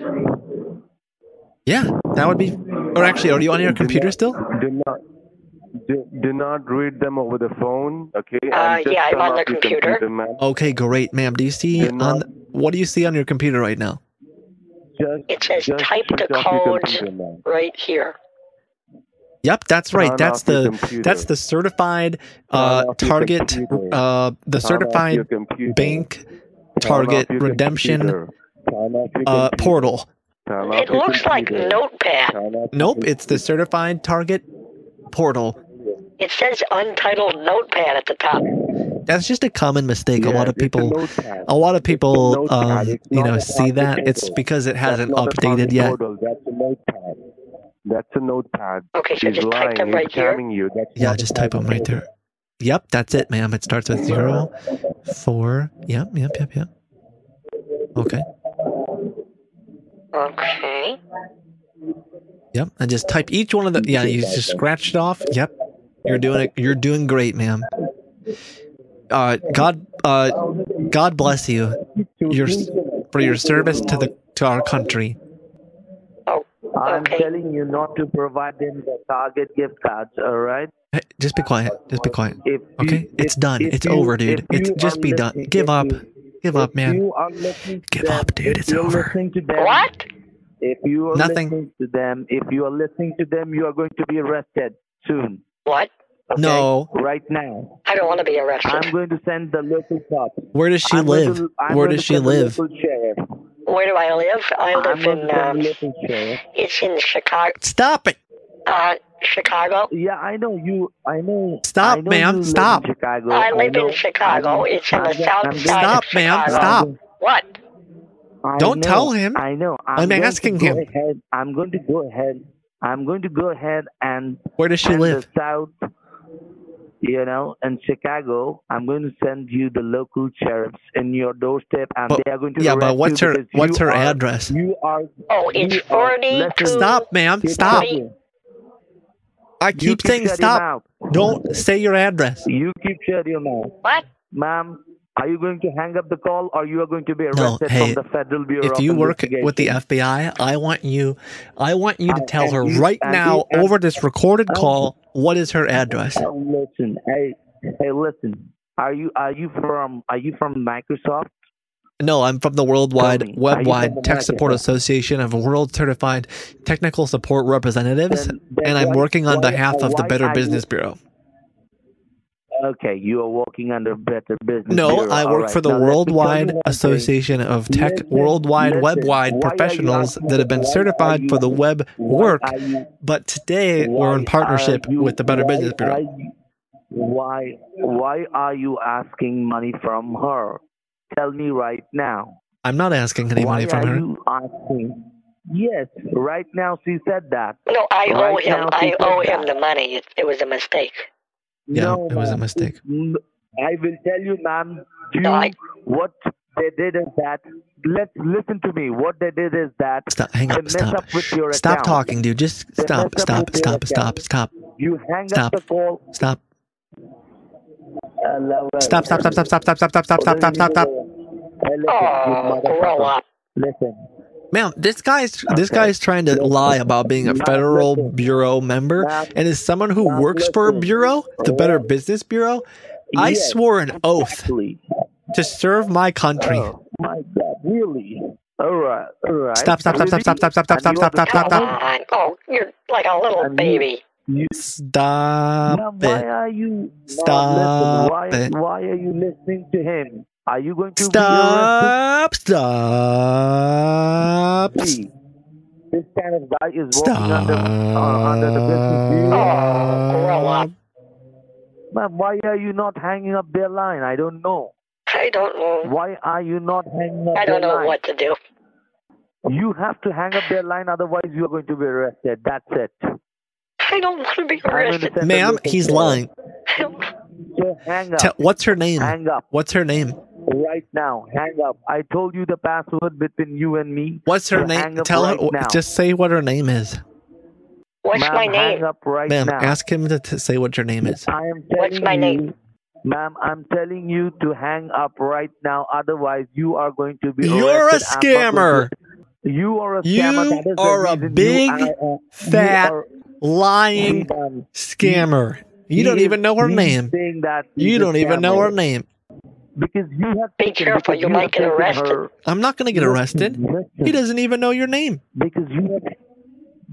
Speaker 1: Yeah, that would be. Or actually, are you on your computer still?
Speaker 7: Do not. Do, do not read them over the phone, okay? And
Speaker 2: Uh,
Speaker 7: just
Speaker 2: yeah, I'm
Speaker 7: come
Speaker 2: on
Speaker 7: off
Speaker 2: the
Speaker 7: your
Speaker 2: computer.
Speaker 7: ma'am.
Speaker 1: Okay, great, ma'am. Do you see
Speaker 7: You're
Speaker 1: on
Speaker 7: not-
Speaker 1: what do you see on your computer right now?
Speaker 7: Just,
Speaker 2: It says
Speaker 7: just
Speaker 2: type the
Speaker 7: switch off your
Speaker 2: codes
Speaker 7: computer, ma'am.
Speaker 2: right here.
Speaker 1: Yep, that's
Speaker 7: Turn
Speaker 1: right. That's
Speaker 7: off your
Speaker 1: the
Speaker 7: computer.
Speaker 1: that's the certified uh,
Speaker 7: Turn off your
Speaker 1: target
Speaker 7: computer.
Speaker 1: uh,
Speaker 7: Turn
Speaker 1: the
Speaker 7: off your
Speaker 1: certified
Speaker 7: computer.
Speaker 1: bank
Speaker 7: Turn off
Speaker 1: target
Speaker 7: your
Speaker 1: redemption
Speaker 7: computer. Turn off your
Speaker 1: uh,
Speaker 7: computer.
Speaker 1: portal.
Speaker 7: Turn off
Speaker 2: It
Speaker 7: your
Speaker 2: looks like
Speaker 7: computer.
Speaker 2: Notepad.
Speaker 7: Turn off your
Speaker 1: Nope, it's the certified target portal.
Speaker 2: It says Untitled Notepad at the top.
Speaker 1: That's just a common mistake. a
Speaker 7: Yeah,
Speaker 1: lot of
Speaker 7: it's a
Speaker 1: people,
Speaker 7: notepad.
Speaker 1: a lot of people,
Speaker 7: It's a notepad.
Speaker 1: um,
Speaker 7: It's
Speaker 1: you
Speaker 7: not
Speaker 1: know,
Speaker 7: a
Speaker 1: see that.
Speaker 7: target
Speaker 1: It's
Speaker 7: portal.
Speaker 1: because it
Speaker 7: That's
Speaker 1: hasn't
Speaker 7: not a
Speaker 1: updated
Speaker 7: target
Speaker 1: yet.
Speaker 7: portal. That's a notepad. That's a notepad.
Speaker 2: Okay, so
Speaker 7: He's
Speaker 2: just type
Speaker 7: lying.
Speaker 2: them
Speaker 7: He's
Speaker 2: right here.
Speaker 7: scamming you. That's
Speaker 1: Yeah,
Speaker 7: not
Speaker 1: just
Speaker 7: a
Speaker 1: type them
Speaker 7: target
Speaker 1: right there. Yep, that's it, ma'am. It starts with zero, four. Yep, yep, yep, yep. Okay.
Speaker 2: Okay.
Speaker 1: Yep, and just type each one of the. Yeah, you just scratched off. Yep, you're doing it. You're doing great, ma'am. Uh, God, uh, God bless you. Your for your service to the to our country.
Speaker 2: Oh,
Speaker 3: I'm
Speaker 2: okay.
Speaker 3: telling you not to provide them the target gift cards, all right?
Speaker 1: Hey, just be quiet. Just be quiet.
Speaker 3: If
Speaker 1: Okay,
Speaker 3: you-
Speaker 1: it's
Speaker 3: if
Speaker 1: done.
Speaker 3: you-
Speaker 1: It's
Speaker 3: if
Speaker 1: over,
Speaker 3: you-
Speaker 1: dude.
Speaker 3: if
Speaker 1: It's
Speaker 3: you
Speaker 1: just
Speaker 3: are
Speaker 1: be done.
Speaker 3: listening-
Speaker 1: Give
Speaker 3: if
Speaker 1: up.
Speaker 3: you-
Speaker 1: Give up,
Speaker 3: if
Speaker 1: man.
Speaker 3: you are listening to
Speaker 1: Give
Speaker 3: them,
Speaker 1: up, dude.
Speaker 3: if
Speaker 1: It's
Speaker 3: you're
Speaker 1: over.
Speaker 3: listening to them-
Speaker 2: What?
Speaker 3: If you are
Speaker 1: Nothing.
Speaker 3: listening to them, if you are listening to them, you are going to be arrested soon.
Speaker 2: What?
Speaker 3: okay?
Speaker 1: No.
Speaker 3: Right now.
Speaker 2: I don't want to be
Speaker 3: I'm
Speaker 2: arrested.
Speaker 3: going to send the local cops.
Speaker 1: Where does she
Speaker 3: I'm going
Speaker 1: live?
Speaker 3: to- I'm
Speaker 1: Where
Speaker 3: going
Speaker 1: does
Speaker 3: to
Speaker 1: she
Speaker 3: send the
Speaker 1: live?
Speaker 3: local sheriff.
Speaker 2: Where do I live? I live
Speaker 3: I'm going
Speaker 2: in,
Speaker 3: to send the
Speaker 2: uh,
Speaker 3: local sheriff.
Speaker 2: it's in Chicago,
Speaker 1: Stop it.
Speaker 2: uh, Chicago.
Speaker 3: Yeah, I know you. I know.
Speaker 1: Stop,
Speaker 3: I know
Speaker 1: ma'am,
Speaker 3: you live in
Speaker 1: stop.
Speaker 3: Chicago.
Speaker 2: I live
Speaker 3: know-
Speaker 2: in Chicago.
Speaker 3: I-
Speaker 2: It's in the
Speaker 3: I'm- I'm
Speaker 2: south
Speaker 3: just-
Speaker 2: side
Speaker 1: Stop,
Speaker 2: of
Speaker 1: ma'am.
Speaker 2: Chicago.
Speaker 1: Stop.
Speaker 2: What?
Speaker 3: I
Speaker 1: Don't
Speaker 3: know,
Speaker 1: tell him.
Speaker 3: I know.
Speaker 1: I'm
Speaker 3: going to
Speaker 1: asking
Speaker 3: go
Speaker 1: him.
Speaker 3: Ahead, I'm going to go ahead. I'm going to go ahead and
Speaker 1: Where does she
Speaker 3: and
Speaker 1: live?
Speaker 3: the south. You know, in Chicago, I'm going to send you the local sheriffs in your doorstep, and
Speaker 1: But-
Speaker 3: they are going to
Speaker 1: Yeah,
Speaker 3: arrest
Speaker 1: but what's
Speaker 3: you
Speaker 1: her
Speaker 3: because you
Speaker 1: what's her
Speaker 3: are-
Speaker 1: address?
Speaker 3: You are.
Speaker 2: Oh, it's
Speaker 3: you are- listen,
Speaker 2: 42.
Speaker 1: Stop, ma'am.
Speaker 3: you
Speaker 1: Stop.
Speaker 3: keep- you
Speaker 1: I keep
Speaker 3: keep
Speaker 1: saying
Speaker 3: shut your
Speaker 1: stop.
Speaker 3: mouth.
Speaker 1: Don't say your address.
Speaker 3: You keep shut your mouth.
Speaker 2: What?
Speaker 3: Ma'am, are you going to hang up the call or you are going to be
Speaker 1: No,
Speaker 3: arrested
Speaker 1: hey,
Speaker 3: from the Federal Bureau
Speaker 1: If
Speaker 3: of
Speaker 1: you work
Speaker 3: Investigation?
Speaker 1: with the FBI, I want you I want you to
Speaker 3: Uh,
Speaker 1: tell
Speaker 3: and
Speaker 1: her
Speaker 3: you-
Speaker 1: right
Speaker 3: and
Speaker 1: now
Speaker 3: you- and-
Speaker 1: over this recorded
Speaker 3: Oh.
Speaker 1: call what is her address.
Speaker 3: Oh, listen, hey, hey, listen. Are you are you from are you from Microsoft?
Speaker 1: No, I'm from the Worldwide
Speaker 3: Tell me, are you from
Speaker 1: Webwide
Speaker 3: the
Speaker 1: Tech
Speaker 3: market?
Speaker 1: Support Association of World Certified Technical Support Representatives
Speaker 3: Then- then
Speaker 1: and I'm
Speaker 3: why-
Speaker 1: working on
Speaker 3: why-
Speaker 1: behalf of the
Speaker 3: why
Speaker 1: Better
Speaker 3: are you-
Speaker 1: Business Bureau.
Speaker 3: Okay, you are working under Better Business
Speaker 1: No,
Speaker 3: Bureau.
Speaker 1: I
Speaker 3: All
Speaker 1: work
Speaker 3: right,
Speaker 1: for the
Speaker 3: now let me tell you
Speaker 1: Worldwide
Speaker 3: one thing.
Speaker 1: Association of Tech
Speaker 3: Listen,
Speaker 1: Worldwide
Speaker 3: listen, why are
Speaker 1: Webwide
Speaker 3: you
Speaker 1: Professionals
Speaker 3: asking-
Speaker 1: that have been
Speaker 3: why are
Speaker 1: certified for the
Speaker 3: you-
Speaker 1: web
Speaker 3: why
Speaker 1: work.
Speaker 3: are you-
Speaker 1: But today we're in
Speaker 3: why
Speaker 1: partnership
Speaker 3: are you-
Speaker 1: with the Better
Speaker 3: why
Speaker 1: Business Bureau.
Speaker 3: are you- why why are you asking money from her? Tell me right now.
Speaker 1: I'm not asking any
Speaker 3: why
Speaker 1: money from
Speaker 3: are
Speaker 1: her.
Speaker 3: you asking? Yes, right now she said that.
Speaker 2: No, I
Speaker 3: Right
Speaker 2: owe him.
Speaker 3: now,
Speaker 2: I
Speaker 3: she said
Speaker 2: owe him
Speaker 3: that.
Speaker 2: the money. It, it was a mistake.
Speaker 1: Yeah,
Speaker 3: no,
Speaker 1: it was a
Speaker 3: ma'am.
Speaker 1: mistake.
Speaker 3: N- I will tell you, ma'am, you,
Speaker 2: No, I-
Speaker 3: what they did is that. Let's listen to me. What they did is that.
Speaker 1: Stop. Hang
Speaker 3: they
Speaker 1: up.
Speaker 3: mess
Speaker 1: Stop.
Speaker 3: up with your
Speaker 1: Stop
Speaker 3: account.
Speaker 1: talking, dude. Just
Speaker 3: They
Speaker 1: stop.
Speaker 3: mess up
Speaker 1: Stop.
Speaker 3: with your
Speaker 1: Stop. Stop.
Speaker 3: account.
Speaker 1: Stop.
Speaker 3: You hang
Speaker 1: Stop.
Speaker 3: up the call.
Speaker 1: Stop.
Speaker 3: Uh, love, uh,
Speaker 1: Stop. Stop. Stop. Stop. Stop. Stop. Stop. Stop. Stop. Stop. Stop. Stop.
Speaker 3: Hey, listen, you
Speaker 2: Oh, grow
Speaker 3: motherfucker.
Speaker 2: up.
Speaker 3: Listen,
Speaker 1: Ma'am, this guy's this
Speaker 3: Okay.
Speaker 1: guy's trying to
Speaker 3: Listen.
Speaker 1: lie about being a
Speaker 3: Ma'am,
Speaker 1: federal
Speaker 3: listen.
Speaker 1: bureau member,
Speaker 3: Ma'am,
Speaker 1: and as someone who
Speaker 3: ma'am,
Speaker 1: works for a
Speaker 3: listen.
Speaker 1: bureau, the Better Business Bureau, I
Speaker 3: Yes,
Speaker 1: swore an oath
Speaker 3: please.
Speaker 1: to serve my country.
Speaker 3: Oh, my God, really? All right, all right.
Speaker 1: Stop! Stop! Stop! Stop! Stop! Stop! Stop! Stop!
Speaker 3: And you
Speaker 1: Stop! Stop!
Speaker 3: have
Speaker 1: Stop!
Speaker 2: Come
Speaker 1: Stop!
Speaker 2: on. Oh, you're like a little
Speaker 3: I'm here.
Speaker 2: baby.
Speaker 3: Now,
Speaker 1: Stop
Speaker 3: why
Speaker 1: it!
Speaker 3: are you now,
Speaker 1: Stop
Speaker 3: listen,
Speaker 1: it.
Speaker 3: why, why are you listening to him? Are you going to
Speaker 1: Stop! Stop!
Speaker 3: be arrested? See, This kind of guy is working under uh, under the business
Speaker 2: Oh,
Speaker 3: bureau.
Speaker 1: Stop!
Speaker 3: Ma'am, why are you not hanging up their line? I don't know.
Speaker 2: I don't know.
Speaker 3: Why are you not hanging up
Speaker 2: I
Speaker 3: their
Speaker 2: don't know
Speaker 3: line?
Speaker 2: what to do.
Speaker 3: You have to hang up their line, otherwise you are going to be arrested. That's it.
Speaker 2: I don't want to be
Speaker 3: I'm
Speaker 2: arrested.
Speaker 3: gonna send a
Speaker 1: Ma'am,
Speaker 3: message
Speaker 1: he's
Speaker 3: to her.
Speaker 1: lying.
Speaker 2: I don't-
Speaker 3: So hang up.
Speaker 1: Tell, what's her name?
Speaker 3: hang up
Speaker 1: What's her name?
Speaker 3: right now. Hang up. I told you the password between you and me.
Speaker 1: What's her
Speaker 3: So
Speaker 1: name?
Speaker 3: hang up
Speaker 1: Tell her.
Speaker 3: right now.
Speaker 1: Just say what her name is,
Speaker 2: What's
Speaker 3: ma'am,
Speaker 2: my
Speaker 3: Hang
Speaker 2: name?
Speaker 3: up right
Speaker 1: ma'am.
Speaker 3: now.
Speaker 1: Ask him to t- say what your name is.
Speaker 3: I am telling
Speaker 2: What's my
Speaker 3: you,
Speaker 2: name?
Speaker 3: Ma'am, I'm telling you to hang up right now. Otherwise, you are going to be.
Speaker 1: You're a
Speaker 3: arrested. I'm
Speaker 1: scammer.
Speaker 3: not going to- You are a
Speaker 1: You
Speaker 3: scammer. That is the
Speaker 1: are a
Speaker 3: reason you
Speaker 1: big,
Speaker 3: are- you
Speaker 1: fat
Speaker 3: are-
Speaker 1: Lying
Speaker 3: um,
Speaker 1: scammer. You
Speaker 3: he
Speaker 1: don't
Speaker 3: is-
Speaker 1: even know her
Speaker 3: he's
Speaker 1: name.
Speaker 3: saying that he's
Speaker 1: You
Speaker 3: a
Speaker 1: don't even know
Speaker 3: scammer
Speaker 1: her name.
Speaker 3: Because you have
Speaker 2: Be
Speaker 3: taken-
Speaker 2: careful,
Speaker 3: because
Speaker 2: you
Speaker 3: have
Speaker 2: might get
Speaker 3: taken
Speaker 2: arrested.
Speaker 3: her-
Speaker 1: I'm not going to get
Speaker 3: Listen,
Speaker 1: arrested. He
Speaker 3: listen.
Speaker 1: doesn't even know your name.
Speaker 3: because you have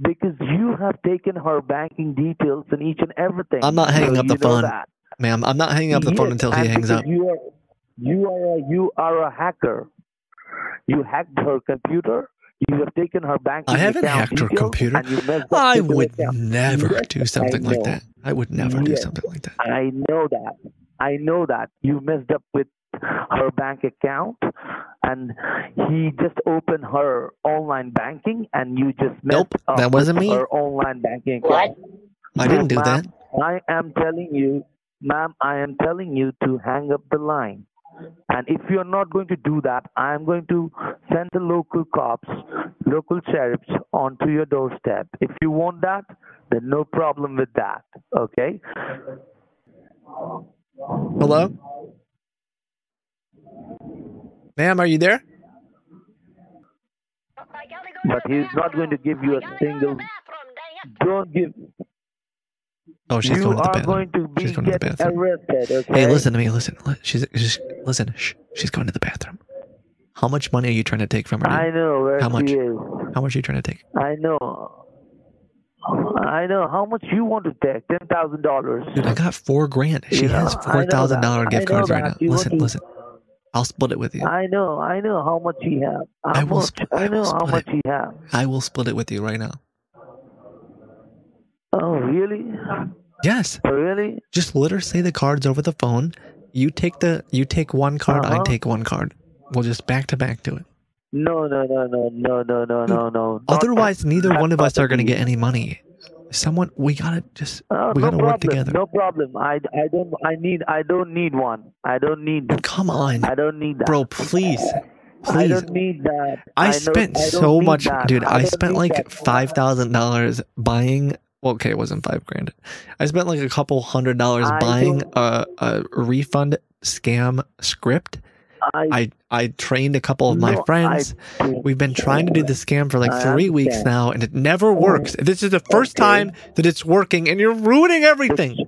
Speaker 3: because you have taken her banking details and each and everything.
Speaker 1: I'm not hanging
Speaker 3: So
Speaker 1: up the
Speaker 3: you know
Speaker 1: phone.
Speaker 3: that.
Speaker 1: Ma'am, I'm not hanging up the phone
Speaker 3: Yes,
Speaker 1: until he
Speaker 3: and
Speaker 1: hangs
Speaker 3: because
Speaker 1: up.
Speaker 3: You are you are a, you are a hacker. You hacked her computer. You have taken her banking.
Speaker 1: I haven't
Speaker 3: account
Speaker 1: hacked her
Speaker 3: details,
Speaker 1: computer.
Speaker 3: and you messed up
Speaker 1: I
Speaker 3: with her
Speaker 1: would
Speaker 3: account.
Speaker 1: never
Speaker 3: Yes,
Speaker 1: do something like
Speaker 3: know.
Speaker 1: that. I would never do
Speaker 3: Yes.
Speaker 1: something like that.
Speaker 3: I know that. I know that you messed up with her bank account, and he just opened her online banking, and you just messed
Speaker 1: Nope,
Speaker 3: up
Speaker 1: that wasn't
Speaker 3: with
Speaker 1: me.
Speaker 3: her online banking
Speaker 2: What?
Speaker 3: account.
Speaker 1: I
Speaker 3: So,
Speaker 1: didn't do that.
Speaker 3: ma'am, I am telling you, ma'am, I am telling you to hang up the line. And if you're not going to do that, I am going to send the local cops, local sheriffs onto your doorstep. If you want that, then no problem with that. Okay?
Speaker 1: Hello? Ma'am, are you there?
Speaker 3: But he's not going to give you a single. Don't give.
Speaker 1: Oh, she's
Speaker 3: you
Speaker 1: going to the
Speaker 3: are
Speaker 1: bathroom.
Speaker 3: going to be
Speaker 1: She's going to the
Speaker 3: get
Speaker 1: bathroom.
Speaker 3: arrested. Okay?
Speaker 1: Hey, listen to me. Listen. Li- She's, she's listen. Shh. She's going to the bathroom. How much money are you trying to take from her?
Speaker 3: I
Speaker 1: dude?
Speaker 3: know where
Speaker 1: How
Speaker 3: she
Speaker 1: much?
Speaker 3: is.
Speaker 1: How much are you trying to take?
Speaker 3: I know. I know how much you want to take. Ten thousand dollars.
Speaker 1: Dude, I got four grand. She
Speaker 3: Yeah,
Speaker 1: has
Speaker 3: I know
Speaker 1: four thousand dollar
Speaker 3: that.
Speaker 1: gift
Speaker 3: I know
Speaker 1: cards right
Speaker 3: that.
Speaker 1: now.
Speaker 3: You want
Speaker 1: listen,
Speaker 3: to-
Speaker 1: listen. I'll split it with you.
Speaker 3: I know. I know how much he have. How
Speaker 1: I will
Speaker 3: much?
Speaker 1: sp- I
Speaker 3: I
Speaker 1: will
Speaker 3: know how
Speaker 1: split
Speaker 3: much he have.
Speaker 1: I will split it with you right now.
Speaker 3: Oh really?
Speaker 1: Yes.
Speaker 3: Really?
Speaker 1: Just let her say the cards over the phone. You take the you take one card. I
Speaker 3: Uh-huh.
Speaker 1: take one card. We'll just back to back do it.
Speaker 3: No, no, no, no, no, no, no, no, no.
Speaker 1: Otherwise, neither
Speaker 3: that's
Speaker 1: one of
Speaker 3: not
Speaker 1: us
Speaker 3: the
Speaker 1: are going to
Speaker 3: deal.
Speaker 1: get any money. Someone, we gotta just
Speaker 3: Oh,
Speaker 1: we gotta
Speaker 3: no problem.
Speaker 1: work together.
Speaker 3: No problem. I, I don't. I need. I don't need one. I don't need.
Speaker 1: Come on,
Speaker 3: I don't need that.
Speaker 1: bro. Please,
Speaker 3: I
Speaker 1: please.
Speaker 3: don't need that.
Speaker 1: I,
Speaker 3: know-
Speaker 1: spent
Speaker 3: I don't
Speaker 1: so
Speaker 3: need
Speaker 1: much,
Speaker 3: that.
Speaker 1: dude. I,
Speaker 3: don't
Speaker 1: spent
Speaker 3: need
Speaker 1: like
Speaker 3: that.
Speaker 1: five thousand dollars buying. Well, okay, it wasn't five grand. I spent like a couple hundred dollars
Speaker 3: I
Speaker 1: buying
Speaker 3: don't-
Speaker 1: a, a refund scam script.
Speaker 3: I
Speaker 1: I I trained a couple of my
Speaker 3: No, I-
Speaker 1: friends. We've been trying to do the scam for like
Speaker 3: I
Speaker 1: three weeks
Speaker 3: understand. Oh,
Speaker 1: now, and it never works. This is the first
Speaker 3: Okay.
Speaker 1: time that it's working, and you're ruining everything.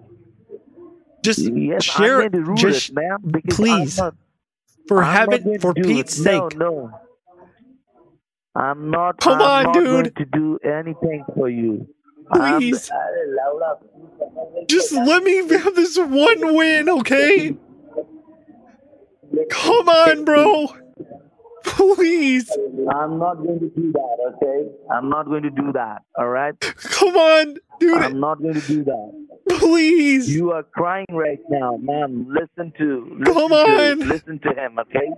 Speaker 1: Just
Speaker 3: Yes,
Speaker 1: share,
Speaker 3: I made a rule,
Speaker 1: just
Speaker 3: ma'am. Because
Speaker 1: please,
Speaker 3: I'm not,
Speaker 1: for
Speaker 3: I'm not
Speaker 1: heaven,
Speaker 3: going
Speaker 1: for
Speaker 3: to do
Speaker 1: Pete's
Speaker 3: it.
Speaker 1: sake.
Speaker 3: No, no. I'm not.
Speaker 1: Come
Speaker 3: I'm
Speaker 1: on,
Speaker 3: not going
Speaker 1: dude.
Speaker 3: to do anything for you.
Speaker 1: Please. Just let me have this one win, okay? Come on, bro. Please.
Speaker 3: I'm not going to do that, okay? I'm not going to do that, all right?
Speaker 1: Come on, dude. (laughs)
Speaker 3: I'm not going to do that.
Speaker 1: Please.
Speaker 3: You are crying right now, ma'am. Listen to listen
Speaker 1: Come
Speaker 3: to-
Speaker 1: on.
Speaker 3: listen to him, okay?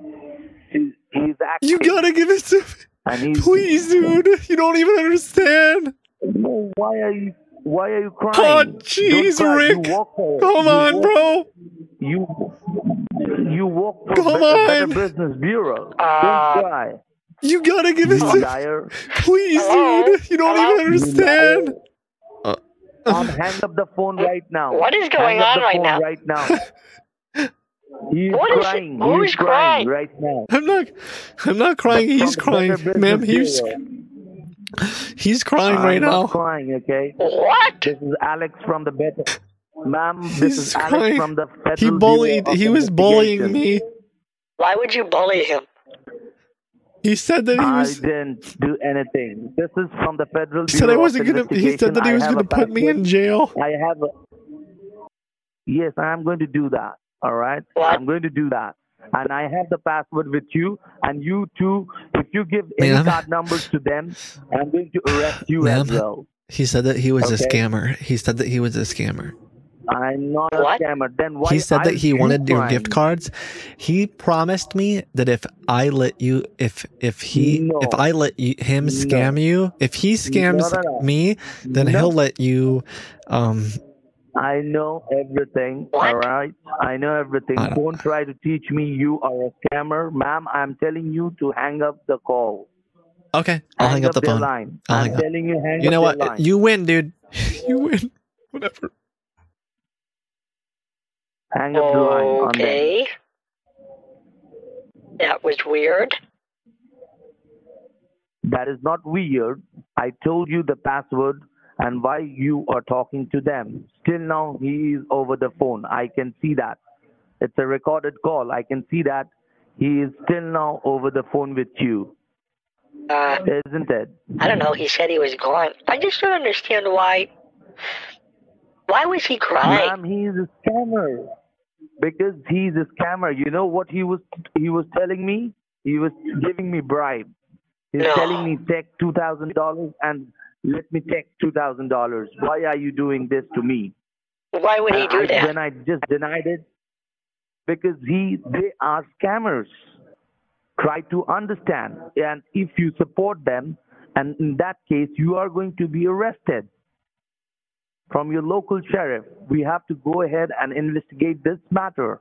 Speaker 3: He's, he's acting.
Speaker 1: You gotta give it to me.
Speaker 3: and he's,
Speaker 1: Please, dude. You don't even understand.
Speaker 3: No, why are you? Why are you crying?
Speaker 1: Oh,
Speaker 3: Don't
Speaker 1: jeez,
Speaker 3: cry.
Speaker 1: Rick.
Speaker 3: You walk for,
Speaker 1: Come
Speaker 3: you
Speaker 1: on,
Speaker 3: walk-
Speaker 1: bro.
Speaker 3: You you walk for
Speaker 1: Come
Speaker 3: Better-
Speaker 1: on.
Speaker 3: Better Business Bureau. Don't
Speaker 2: Ah.
Speaker 3: cry,
Speaker 1: You gotta give it
Speaker 3: you
Speaker 1: to me.
Speaker 3: liar.
Speaker 1: Please,
Speaker 2: Hello?
Speaker 1: dude. You don't even understand.
Speaker 3: Um, hang up the phone right now.
Speaker 2: What is going
Speaker 3: Hang up
Speaker 2: on
Speaker 3: the
Speaker 2: right
Speaker 3: phone
Speaker 2: now?
Speaker 3: Right
Speaker 2: (laughs)
Speaker 3: now. He's
Speaker 2: What is-
Speaker 3: crying.
Speaker 2: who
Speaker 3: He's
Speaker 2: is
Speaker 3: crying
Speaker 2: crying?
Speaker 3: right now.
Speaker 1: I'm not. I'm not crying. He's
Speaker 3: From the
Speaker 1: crying,
Speaker 3: Better Business
Speaker 1: ma'am. He's
Speaker 3: Bureau.
Speaker 1: he's crying
Speaker 3: I'm
Speaker 1: right
Speaker 3: not
Speaker 1: now.
Speaker 3: Crying, okay.
Speaker 2: What?
Speaker 3: This is Alex from the better. Ma'am, this
Speaker 1: He's
Speaker 3: is
Speaker 1: crying.
Speaker 3: Alex (laughs) from the Federal
Speaker 1: He
Speaker 3: Bureau
Speaker 1: bullied.
Speaker 3: of
Speaker 1: He was bullying
Speaker 3: Investigation.
Speaker 1: me.
Speaker 2: Why would you bully him?
Speaker 1: He said that he
Speaker 3: I
Speaker 1: was.
Speaker 3: didn't do anything. This is from the Federal Bureau
Speaker 1: He said I wasn't
Speaker 3: of
Speaker 1: gonna. He said that he
Speaker 3: Investigation.
Speaker 1: was
Speaker 3: I have
Speaker 1: gonna
Speaker 3: a
Speaker 1: put me in
Speaker 3: passport.
Speaker 1: jail.
Speaker 3: I have. A... Yes, I'm going to do that. All right,
Speaker 2: What?
Speaker 3: I'm going to do that, and I have the password with you. And you too. If you give
Speaker 1: Ma'am.
Speaker 3: any card numbers to them, I'm going to arrest you as
Speaker 1: Ma'am.
Speaker 3: well.
Speaker 1: He said that he was
Speaker 3: a Okay.
Speaker 1: scammer. He said that he was a scammer.
Speaker 3: I'm not
Speaker 2: What?
Speaker 3: a scammer. Then why?
Speaker 1: he said
Speaker 3: are
Speaker 1: that he
Speaker 3: you
Speaker 1: wanted your gift
Speaker 3: crying?
Speaker 1: cards. He promised me that if I let you, if if he,
Speaker 3: No.
Speaker 1: if I let you, him scam you, if he scams
Speaker 3: no, no.
Speaker 1: me, then
Speaker 3: No.
Speaker 1: he'll let you. Um,
Speaker 3: I know everything,
Speaker 2: What?
Speaker 3: all right? I know everything.
Speaker 1: I don't-
Speaker 3: Don't try to teach me you are a scammer. Ma'am, I'm telling you to hang up the call.
Speaker 1: okay, I'll hang, up the
Speaker 3: their
Speaker 1: phone.
Speaker 3: Line.
Speaker 1: I'll
Speaker 3: I'm
Speaker 1: hang up.
Speaker 3: telling you, hang
Speaker 1: You know
Speaker 3: up
Speaker 1: what?
Speaker 3: their line.
Speaker 1: You win, dude. (laughs) you win. Whatever.
Speaker 3: hang up the line on them.
Speaker 2: Okay. That was weird.
Speaker 3: That is not weird. I told you the password and why you are talking to them. Still now, he is over the phone. I can see that. It's a recorded call. I can see that he is still now over the phone with you,
Speaker 2: Uh,
Speaker 3: isn't it?
Speaker 2: I don't know. He said he was gone. I just don't understand why. Why was he crying?
Speaker 3: Ma'am, he's a scammer. Because he's a scammer. You know what he was he was telling me? He was giving me bribe. He's
Speaker 2: No.
Speaker 3: telling me take two thousand dollars and let me take two thousand dollars. Why are you doing this to me?
Speaker 2: why would he
Speaker 3: And
Speaker 2: do
Speaker 3: I-
Speaker 2: that?
Speaker 3: Then I just denied it. Because he they are scammers. Try to understand. And if you support them, and in that case you are going to be arrested from your local sheriff. We have to go ahead and investigate this matter.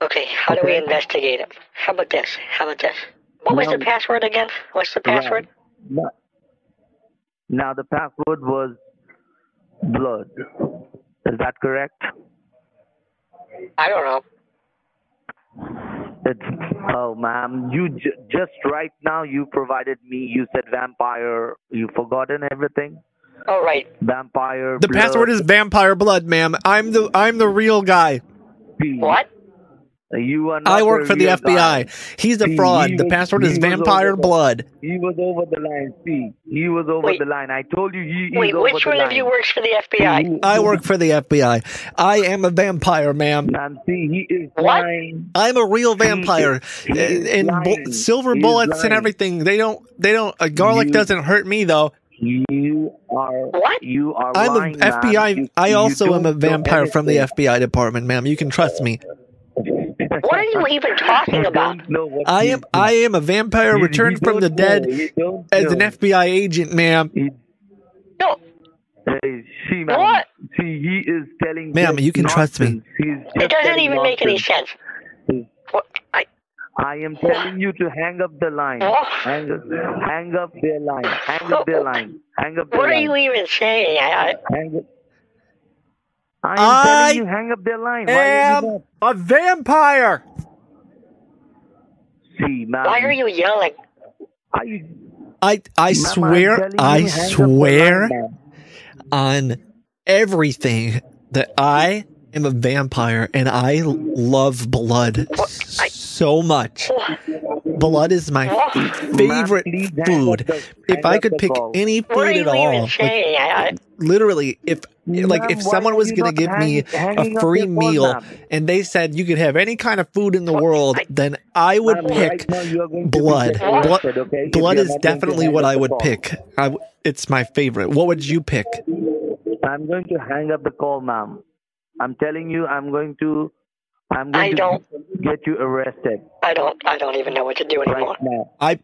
Speaker 2: Okay, how do we
Speaker 3: Okay.
Speaker 2: investigate him? How about this? How about this? What was the
Speaker 3: No.
Speaker 2: password again? What's the password?
Speaker 3: Now, now the password was blood. Is that correct?
Speaker 2: I don't know.
Speaker 3: It's, oh, ma'am, you j- just right now you provided me. You said vampire. You forgotten everything.
Speaker 2: All right.
Speaker 3: Vampire.
Speaker 1: The
Speaker 3: blood,
Speaker 1: password is vampire blood, ma'am. I'm the I'm the real guy.
Speaker 3: pee.
Speaker 2: What?
Speaker 3: You are. Not
Speaker 1: I work
Speaker 3: a
Speaker 1: for the
Speaker 3: real
Speaker 1: FBI.
Speaker 3: guy.
Speaker 1: He's a
Speaker 3: He-
Speaker 1: fraud.
Speaker 3: he
Speaker 1: The
Speaker 3: was-
Speaker 1: password is
Speaker 3: he was
Speaker 1: vampire
Speaker 3: over there.
Speaker 1: blood.
Speaker 3: He was over the line. See, he was over
Speaker 2: Wait.
Speaker 3: the line. I told you he he is
Speaker 2: Wait,
Speaker 3: over
Speaker 2: which
Speaker 3: the
Speaker 2: one
Speaker 3: line.
Speaker 2: of you works for the FBI?
Speaker 3: He-
Speaker 1: I work for the FBI. I am a vampire, ma'am.
Speaker 3: Ma'am, see, he is
Speaker 2: What?
Speaker 3: lying.
Speaker 1: I'm a real vampire,
Speaker 3: he is
Speaker 1: and bu-
Speaker 3: lying.
Speaker 1: silver
Speaker 3: He is
Speaker 1: bullets and
Speaker 3: lying.
Speaker 1: everything. They don't. They don't. Uh, garlic
Speaker 3: You-
Speaker 1: doesn't hurt me though.
Speaker 3: You are.
Speaker 2: What?
Speaker 3: You are
Speaker 1: I'm
Speaker 3: lying.
Speaker 1: a
Speaker 3: ma'am.
Speaker 1: FBI.
Speaker 3: You-
Speaker 1: I
Speaker 3: you
Speaker 1: also am
Speaker 3: don't
Speaker 1: a
Speaker 3: know
Speaker 1: vampire from the
Speaker 3: anything.
Speaker 1: FBI department, ma'am. You can trust me.
Speaker 3: (laughs)
Speaker 2: What are you even talking
Speaker 3: You
Speaker 2: about?
Speaker 3: don't know what
Speaker 1: I
Speaker 3: you
Speaker 1: am.
Speaker 3: do.
Speaker 1: I am a vampire
Speaker 3: You- you
Speaker 1: returned from
Speaker 3: don't
Speaker 1: the
Speaker 3: know.
Speaker 1: dead
Speaker 3: You don't
Speaker 1: as an
Speaker 3: know.
Speaker 1: FBI agent, ma'am.
Speaker 3: He-
Speaker 2: No,
Speaker 3: Hey, see, ma'am.
Speaker 2: What?
Speaker 3: See, he is telling.
Speaker 1: Ma'am,
Speaker 3: just
Speaker 1: you can trust me.
Speaker 3: nonsense. He's just
Speaker 2: it doesn't
Speaker 3: telling
Speaker 2: even make any
Speaker 3: nonsense.
Speaker 2: sense. What? I,
Speaker 3: I am telling you to hang up the line.
Speaker 2: What?
Speaker 3: Hang up, hang up their line. Hang up their line. Hang up their
Speaker 2: what are
Speaker 3: line.
Speaker 2: you even saying? I, I,
Speaker 3: Hang up. I am
Speaker 1: I
Speaker 3: telling you, hang up their line. Why are you
Speaker 1: Am a vampire.
Speaker 3: not? See, ma'am.
Speaker 2: why are you yelling?
Speaker 3: Are you?
Speaker 1: I. I
Speaker 3: Ma'am, I'm
Speaker 1: swear.
Speaker 3: telling
Speaker 1: I
Speaker 3: you, hang up the line,
Speaker 1: swear.
Speaker 3: ma'am.
Speaker 1: on everything that I am a vampire and I love blood
Speaker 2: What? I-
Speaker 1: so much.
Speaker 2: What?
Speaker 1: Blood is my
Speaker 2: What?
Speaker 1: favorite
Speaker 3: please hang up
Speaker 1: food.
Speaker 3: the- hang
Speaker 1: If I
Speaker 3: up
Speaker 1: could
Speaker 3: the
Speaker 1: pick
Speaker 3: call.
Speaker 1: any
Speaker 2: What are
Speaker 1: food
Speaker 2: you
Speaker 1: at
Speaker 2: even
Speaker 1: all, like,
Speaker 2: saying? I,
Speaker 1: literally, if like
Speaker 3: Ma'am,
Speaker 1: if
Speaker 3: why
Speaker 1: someone
Speaker 3: are
Speaker 1: was
Speaker 3: you
Speaker 1: gonna
Speaker 3: not
Speaker 1: give me
Speaker 3: hanging- hanging
Speaker 1: a
Speaker 3: up
Speaker 1: free
Speaker 3: your phone,
Speaker 1: meal
Speaker 3: ma'am?
Speaker 1: and they said you could have any kind of food in the
Speaker 2: Well,
Speaker 1: world,
Speaker 2: I-
Speaker 1: then I would
Speaker 3: Ma'am,
Speaker 1: pick
Speaker 3: right now you are going to be
Speaker 1: blood.
Speaker 3: just
Speaker 2: Blood-
Speaker 3: arrested, okay, if
Speaker 1: blood
Speaker 3: you are
Speaker 1: is
Speaker 3: not going to
Speaker 1: definitely
Speaker 3: hang
Speaker 1: what
Speaker 3: up
Speaker 1: I
Speaker 3: the
Speaker 1: would
Speaker 3: call.
Speaker 1: pick. I w- it's my favorite. What would you pick?
Speaker 3: I'm going to hang up the call, ma'am. I'm telling you, I'm going to. I'm going
Speaker 2: I
Speaker 3: to
Speaker 2: don't-
Speaker 3: get you arrested
Speaker 2: I don't. I don't even know what to do anymore.
Speaker 3: right now.
Speaker 1: I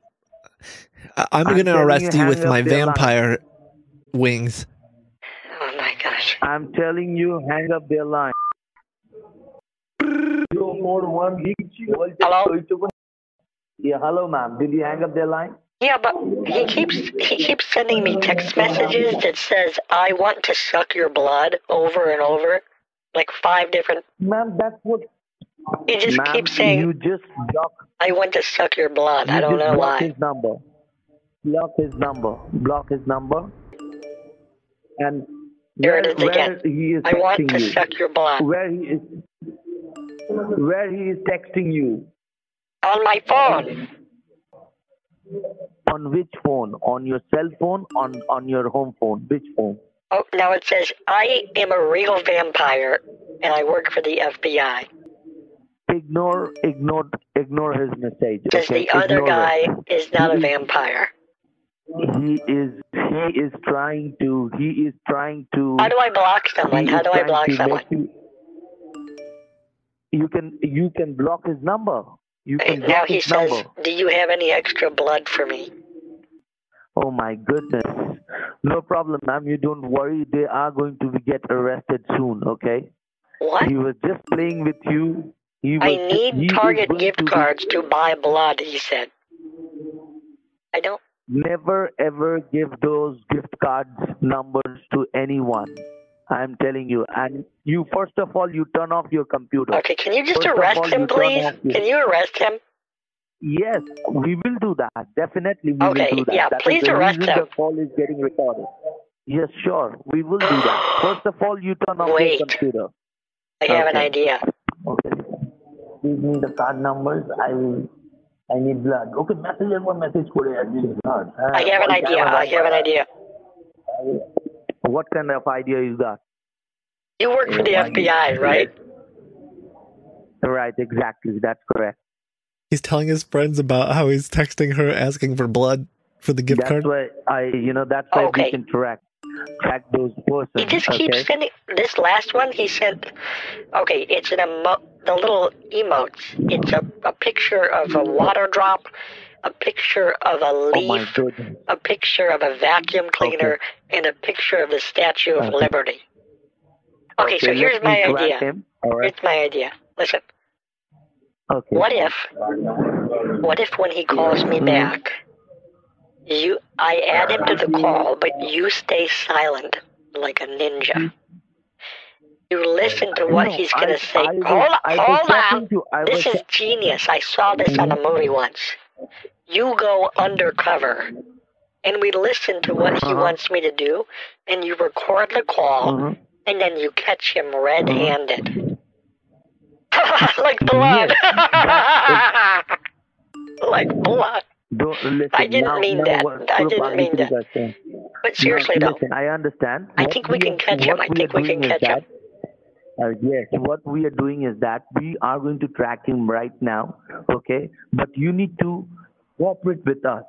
Speaker 1: I- I'm
Speaker 3: I'm
Speaker 1: gonna
Speaker 3: telling
Speaker 1: arrest
Speaker 3: you,
Speaker 1: you with
Speaker 3: hang up
Speaker 1: my
Speaker 3: their line.
Speaker 1: vampire wings.
Speaker 2: Oh my gosh.
Speaker 3: I'm telling you, hang up their line.
Speaker 2: Hello.
Speaker 3: Yeah, hello, ma'am. Did you hang up their line?
Speaker 2: Yeah, but he keeps he keeps sending me text messages that says I want to suck your blood over and over, like five different.
Speaker 3: Ma'am, that's what.
Speaker 2: He just
Speaker 3: ma'am,
Speaker 2: keeps saying
Speaker 3: You just block.
Speaker 2: I want to suck your blood. I
Speaker 3: you
Speaker 2: don't
Speaker 3: just
Speaker 2: know
Speaker 3: block
Speaker 2: why.
Speaker 3: His number. Block his number. Block his number. And
Speaker 2: There
Speaker 3: where,
Speaker 2: it is
Speaker 3: where
Speaker 2: again.
Speaker 3: he is
Speaker 2: I want
Speaker 3: texting
Speaker 2: to
Speaker 3: you.
Speaker 2: suck your blood
Speaker 3: Where he is. Where he is texting you.
Speaker 2: on my phone.
Speaker 3: On which phone? On your cell phone? On on your home phone? Which phone?
Speaker 2: Oh, now it says I am a real vampire and I work for the FBI.
Speaker 3: Ignore, ignore, ignore his message.
Speaker 2: Because
Speaker 3: okay?
Speaker 2: the other
Speaker 3: Ignore
Speaker 2: guy
Speaker 3: it.
Speaker 2: is not a vampire.
Speaker 3: He is. He is trying to. He is trying to.
Speaker 2: How do I block someone?
Speaker 3: he
Speaker 2: How
Speaker 3: is
Speaker 2: do I
Speaker 3: trying
Speaker 2: block
Speaker 3: to make
Speaker 2: someone?
Speaker 3: You, you can. You can block his number. You can block
Speaker 2: Now he
Speaker 3: his
Speaker 2: says,
Speaker 3: number.
Speaker 2: "Do you have any extra blood for me?"
Speaker 3: Oh my goodness. No problem, ma'am. You don't worry. They are going to be get arrested soon. Okay.
Speaker 2: What?
Speaker 3: He was just playing with you. He was
Speaker 2: I
Speaker 3: ju- he
Speaker 2: need
Speaker 3: is
Speaker 2: Target
Speaker 3: going
Speaker 2: gift
Speaker 3: to be-
Speaker 2: cards to buy blood, he said. I don't.
Speaker 3: Never ever give those gift cards numbers to anyone. I'm telling you. And you first of all you turn off your computer.
Speaker 2: Okay, can you just
Speaker 3: First of all,
Speaker 2: arrest
Speaker 3: you
Speaker 2: him,
Speaker 3: don't
Speaker 2: please?
Speaker 3: have to.
Speaker 2: Can you arrest him?
Speaker 3: Yes, we will do that. Definitely we
Speaker 2: Okay,
Speaker 3: will do that.
Speaker 2: yeah,
Speaker 3: That is
Speaker 2: please
Speaker 3: the
Speaker 2: arrest
Speaker 3: reason
Speaker 2: him.
Speaker 3: the call is getting recorded. Yes, sure. We will do
Speaker 2: (sighs)
Speaker 3: that. First of all you turn off
Speaker 2: Wait.
Speaker 3: your computer.
Speaker 2: I have an
Speaker 3: Okay.
Speaker 2: idea.
Speaker 3: Okay. Give me the card numbers. I will. I need blood. Okay, message everyone. Message Korea. I need blood. Uh,
Speaker 2: I have an
Speaker 3: what
Speaker 2: idea.
Speaker 3: kind of
Speaker 2: I have an idea.
Speaker 3: What kind of idea you got?
Speaker 2: You work for the FBI, right?
Speaker 3: Right, exactly. That's correct.
Speaker 1: He's telling his friends about how he's texting her asking for blood for the gift
Speaker 3: that's
Speaker 1: card.
Speaker 3: why I, you know, that's why
Speaker 2: Okay.
Speaker 3: we can track track those
Speaker 2: He
Speaker 3: persons.
Speaker 2: just
Speaker 3: okay?
Speaker 2: keeps sending. This last one, he sent. Okay, it's an emo. The little emotes. It's a, a picture of a water drop, a picture of a
Speaker 3: Oh my
Speaker 2: leaf,
Speaker 3: goodness.
Speaker 2: a picture of a vacuum cleaner and a picture of the Statue of
Speaker 3: Okay.
Speaker 2: Liberty. Okay, so
Speaker 3: let
Speaker 2: here's
Speaker 3: me
Speaker 2: my
Speaker 3: track
Speaker 2: idea.
Speaker 3: Him. All right.
Speaker 2: Here's my idea. Listen,
Speaker 3: Okay. Mm-hmm.
Speaker 2: what if, what if when he calls me back, you, I add him to the
Speaker 3: Mm-hmm.
Speaker 2: call, but you stay silent like a ninja. You listen to what
Speaker 3: No,
Speaker 2: he's gonna
Speaker 3: I-
Speaker 2: say.
Speaker 3: I was-
Speaker 2: hold
Speaker 3: I
Speaker 2: on,
Speaker 3: was
Speaker 2: hold
Speaker 3: talking
Speaker 2: on.
Speaker 3: to- Mm-hmm. I
Speaker 2: This
Speaker 3: was-
Speaker 2: is genius. I saw this on a movie once. You go undercover, and we listen to what
Speaker 3: Uh-huh.
Speaker 2: he wants me to do, and you record the call, and then you catch him red-handed, (laughs)
Speaker 3: Uh-huh.
Speaker 2: like blood, (laughs) like blood.
Speaker 3: Don't listen.
Speaker 2: I didn't
Speaker 3: now,
Speaker 2: mean
Speaker 3: now
Speaker 2: that.
Speaker 3: what-
Speaker 2: I didn't
Speaker 3: what-
Speaker 2: mean that.
Speaker 3: listen.
Speaker 2: But seriously,
Speaker 3: No,
Speaker 2: though,
Speaker 3: listen, I understand.
Speaker 2: I
Speaker 3: What
Speaker 2: think we can
Speaker 3: are-
Speaker 2: catch him.
Speaker 3: what
Speaker 2: I think we can
Speaker 3: doing is
Speaker 2: catch him.
Speaker 3: that- uh, yes, what we are doing is that we are going to track him right now, okay? But you need to cooperate with us,